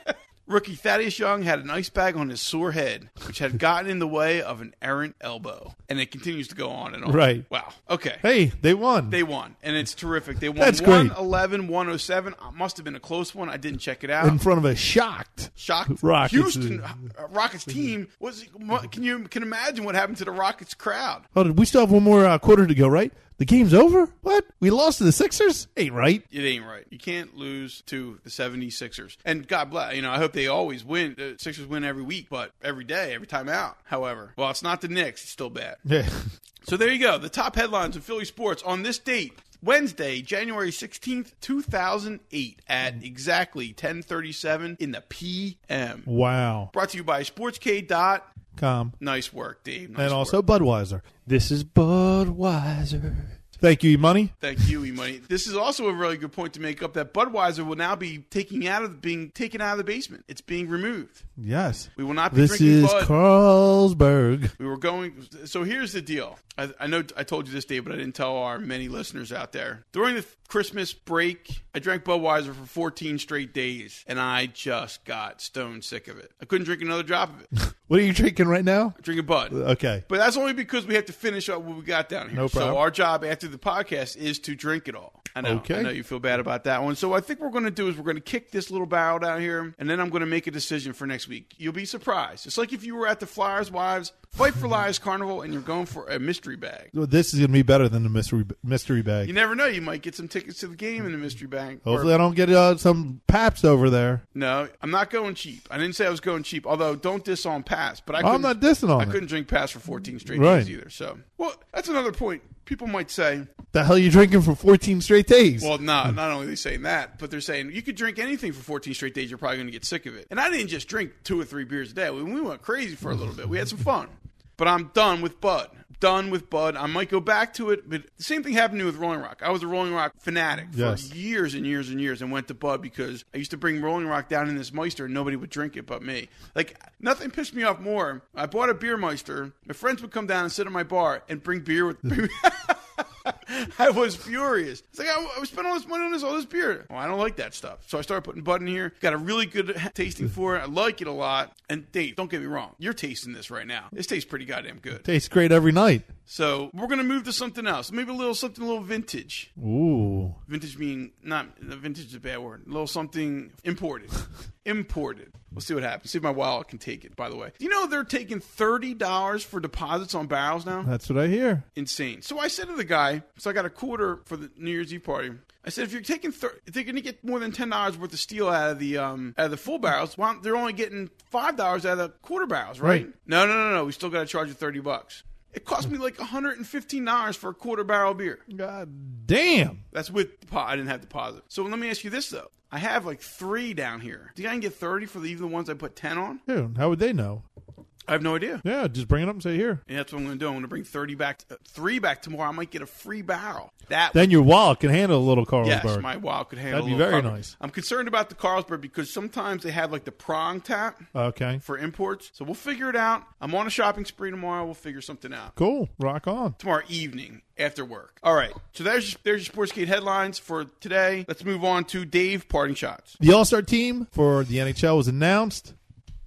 Speaker 1: Rookie Thaddeus Young had an ice bag on his sore head, which had gotten in the way of an errant elbow. And it continues to go on and on.
Speaker 2: Right.
Speaker 1: Wow. Okay.
Speaker 2: hey, they won.
Speaker 1: They won, and it's terrific. They won
Speaker 2: That's great.
Speaker 1: 111 107. Must have been a close one. I didn't check it out
Speaker 2: in front of a shocked.
Speaker 1: shocked
Speaker 2: Rockets.
Speaker 1: Houston uh, Rockets team was can you can imagine what happened to the Rockets crowd?
Speaker 2: Oh, did we still have one more uh, quarter to go? Right, the game's over. What? We lost to the Sixers? Ain't right.
Speaker 1: It ain't right. You can't lose to the 76ers. And God bless, you know, I hope they always win. The Sixers win every week, but every day, every time out. However, well, it's not the Knicks, it's still bad.
Speaker 2: Yeah.
Speaker 1: So there you go. The top headlines of Philly sports on this date, Wednesday, January 16th, 2008 at exactly 10:37 in the p.m.
Speaker 2: Wow.
Speaker 1: Brought to you by SportsK. Dot.
Speaker 2: Come.
Speaker 1: Nice work, Dave. Nice
Speaker 2: And
Speaker 1: work.
Speaker 2: also Budweiser.
Speaker 4: This is Budweiser.
Speaker 2: Thank you, Money.
Speaker 1: Thank you, E Money. This is also a really good point to make up that Budweiser will now be taking out of being taken out of the basement. It's being removed.
Speaker 2: Yes.
Speaker 1: We will not be
Speaker 2: This
Speaker 1: drinking
Speaker 2: is
Speaker 1: Bud.
Speaker 2: Carlsberg.
Speaker 1: we were going. So here's the deal. I, I know I told you this, Dave, but I didn't tell our many listeners out there. During the Christmas break, I drank Budweiser for 14 straight days, and I just got stone sick of it. I couldn't drink another drop of it.
Speaker 2: What are you drinking right now?
Speaker 1: Drinking Bud.
Speaker 2: Okay.
Speaker 1: But that's only because we have to finish up what we got down here.
Speaker 2: No problem.
Speaker 1: So our job after the podcast is to drink it all. I know.
Speaker 2: Okay.
Speaker 1: I know you feel bad about that one. So I think what we're going to do is we're going to kick this little barrel down here, and then I'm going to make a decision for next week. You'll be surprised. It's like if you were at the Flyers Wives Fight for Lives Carnival, and you're going for a mystery bag.
Speaker 2: This is going to be better than the mystery mystery bag.
Speaker 1: You never know. You might get some tickets to the game in the mystery bag. Or-
Speaker 2: Hopefully, I don't get uh, some paps over there.
Speaker 1: no, I'm not going cheap. I didn't say I was going cheap. Although, don't diss on pass. But I
Speaker 2: Oh, I'm
Speaker 1: couldn't-
Speaker 2: not dissing
Speaker 1: I
Speaker 2: on it.
Speaker 1: couldn't drink pass for 14 straight
Speaker 2: Right.
Speaker 1: days either. So, well, that's another point. People might say,
Speaker 2: The hell you drinking for 14 straight days?
Speaker 1: Well, no, not only are they saying that, but they're saying you could drink anything for 14 straight days, you're probably going to get sick of it. And I didn't just drink two or three beers a day. We, we went crazy for a little bit. We had some fun. But I'm done with Bud. done with Bud. I might go back to it, but the same thing happened to me with Rolling Rock. I was a Rolling Rock fanatic for
Speaker 2: Yes.
Speaker 1: years and years and years and went to Bud because I used to bring Rolling Rock down in this Meister and nobody would drink it but me. Like, nothing pissed me off more. I bought a beer Meister. My friends would come down and sit at my bar and bring beer with bring I was furious. It's like I, I spent all this money on this, all this beer. Well, I don't like that stuff, so I started putting bud in here. Got a really good tasting for it. I like it a lot. And Dave, don't get me wrong, you're tasting this right now. This tastes pretty goddamn good.
Speaker 2: Tastes great every night.
Speaker 1: So we're gonna move to something else. Maybe a little something, a little vintage.
Speaker 2: Ooh.
Speaker 1: Vintage being not vintage is a bad word. A little something imported. imported. We'll see what happens. See if my wallet can take it. By the way, do you know they're taking thirty dollars for deposits on barrels now?
Speaker 2: That's what I hear.
Speaker 1: insane. So I said to the guy, so I got a quarter for the New Year's Eve party. I said, if you're taking, thir- if they're going to get more than ten dollars worth of steel out of the um out of the full barrels, why don't- they're only getting five dollars out of the quarter barrels, right?
Speaker 2: Right.
Speaker 1: No, no, no, no. We still got to charge you thirty bucks. It cost me like hundred and fifteen dollars for a quarter barrel beer.
Speaker 2: God damn.
Speaker 1: That's with depo- I didn't have deposit. So let me ask you this though. I have like three down here. Do you think I can get thirty for the, even the ones I put ten on?
Speaker 2: Dude, how would they know?
Speaker 1: I have no idea.
Speaker 2: Yeah, just bring it up and say here.
Speaker 1: And that's what I'm going to do. I'm going to bring thirty back, uh, three back tomorrow. I might get a free barrel. That
Speaker 2: Then your wallet can handle a little
Speaker 1: Yes,
Speaker 2: Carlsberg.
Speaker 1: my wild could handle.
Speaker 2: That'd be
Speaker 1: a little
Speaker 2: very
Speaker 1: Carlsberg.
Speaker 2: nice.
Speaker 1: I'm concerned about the Carlsberg because sometimes they have like the prong tap
Speaker 2: okay.
Speaker 1: for imports. So we'll figure it out. I'm on a shopping spree tomorrow. We'll figure something out
Speaker 2: Cool. Rock on.
Speaker 1: tomorrow evening after work. All right. So there's there's your Sportsgate headlines for today. Let's move on to Dave parting shots.
Speaker 2: The All Star team for the NHL was announced.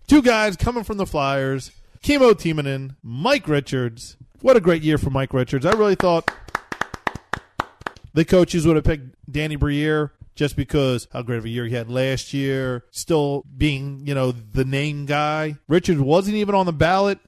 Speaker 2: Two guys coming from the Flyers, Kimo Timonen, Mike Richards. What a great year for Mike Richards. I really thought the coaches would have picked Danny Briere just because how great of a year he had last year, still being, you know, the name guy. Richards wasn't even on the ballot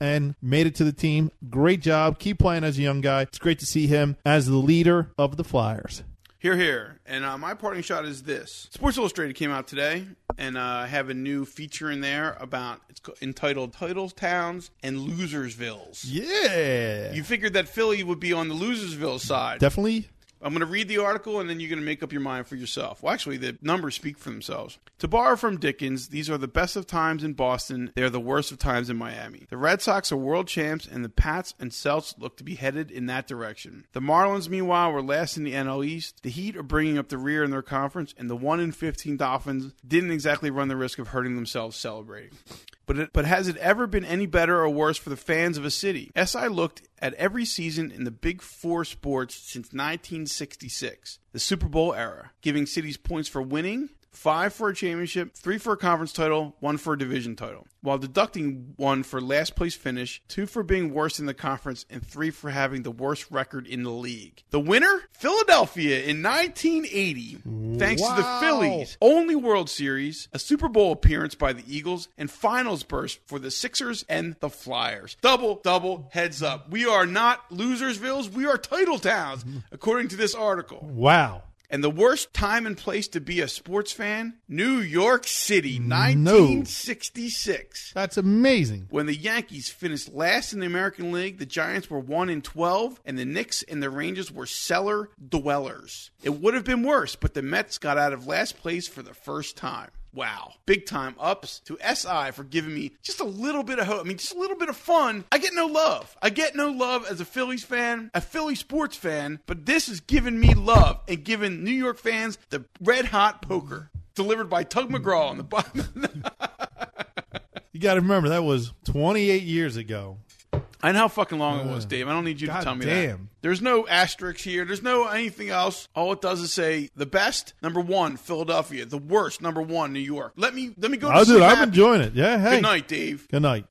Speaker 2: and made it to the team. Great job. Keep playing as a young guy. It's great to see him as the leader of the Flyers.
Speaker 1: Here, here. And uh, my parting shot is this Sports Illustrated came out today, and uh, I have a new feature in there about it's co- entitled Titles Towns and Losersvilles.
Speaker 2: Yeah.
Speaker 1: You figured that Philly would be on the Losersville side.
Speaker 2: Definitely
Speaker 1: I'm going to read the article and then you're going to make up your mind for yourself. Well, actually, the numbers speak for themselves. To borrow from Dickens, these are the best of times in Boston. They are the worst of times in Miami. The Red Sox are world champs, and the Pats and Celts look to be headed in that direction. The Marlins, meanwhile, were last in the NL East. The Heat are bringing up the rear in their conference, and the 1 in 15 Dolphins didn't exactly run the risk of hurting themselves celebrating. But it, but has it ever been any better or worse for the fans of a city? SI looked at every season in the Big Four sports since 1966, the Super Bowl era, giving cities points for winning. Five for a championship, three for a conference title, one for a division title, while deducting one for last place finish, two for being worst in the conference, and three for having the worst record in the league. The winner? Philadelphia in 1980, thanks to the
Speaker 2: Wow.
Speaker 1: Phillies only World Series, a Super Bowl appearance by the Eagles, and finals burst for the Sixers and the Flyers. Double, double, heads up. We are not losersvilles, we are title towns, according to this article.
Speaker 2: Wow.
Speaker 1: And the worst time and place to be a sports fan? New York City, 1966.
Speaker 2: That's amazing.
Speaker 1: When the Yankees finished last in the American League, the Giants were 1 in 12, and the Knicks and the Rangers were cellar dwellers. It would have been worse, but the Mets got out of last place for the first time. Wow. Big time ups to SI for giving me just a little bit of hope. I mean, just a little bit of fun. I get no love. I get no love as a Phillies fan, a Philly sports fan, but this is giving me love and giving New York fans the red hot poker delivered by Tug McGraw on the bottom.
Speaker 2: You got to remember that was 28 years ago.
Speaker 1: I know how fucking long it was,
Speaker 2: Uh,
Speaker 1: Dave. I don't need you to
Speaker 2: God
Speaker 1: tell me that.
Speaker 2: damn.
Speaker 1: There's no asterisks here. There's no anything else. All it does is say the best, number one, Philadelphia. The worst, number one, New York. Let me let me go. To
Speaker 2: Oh, dude,
Speaker 1: sleep
Speaker 2: I'm
Speaker 1: happy.
Speaker 2: enjoying it. Yeah, hey.
Speaker 1: Good night, Dave.
Speaker 2: Good night.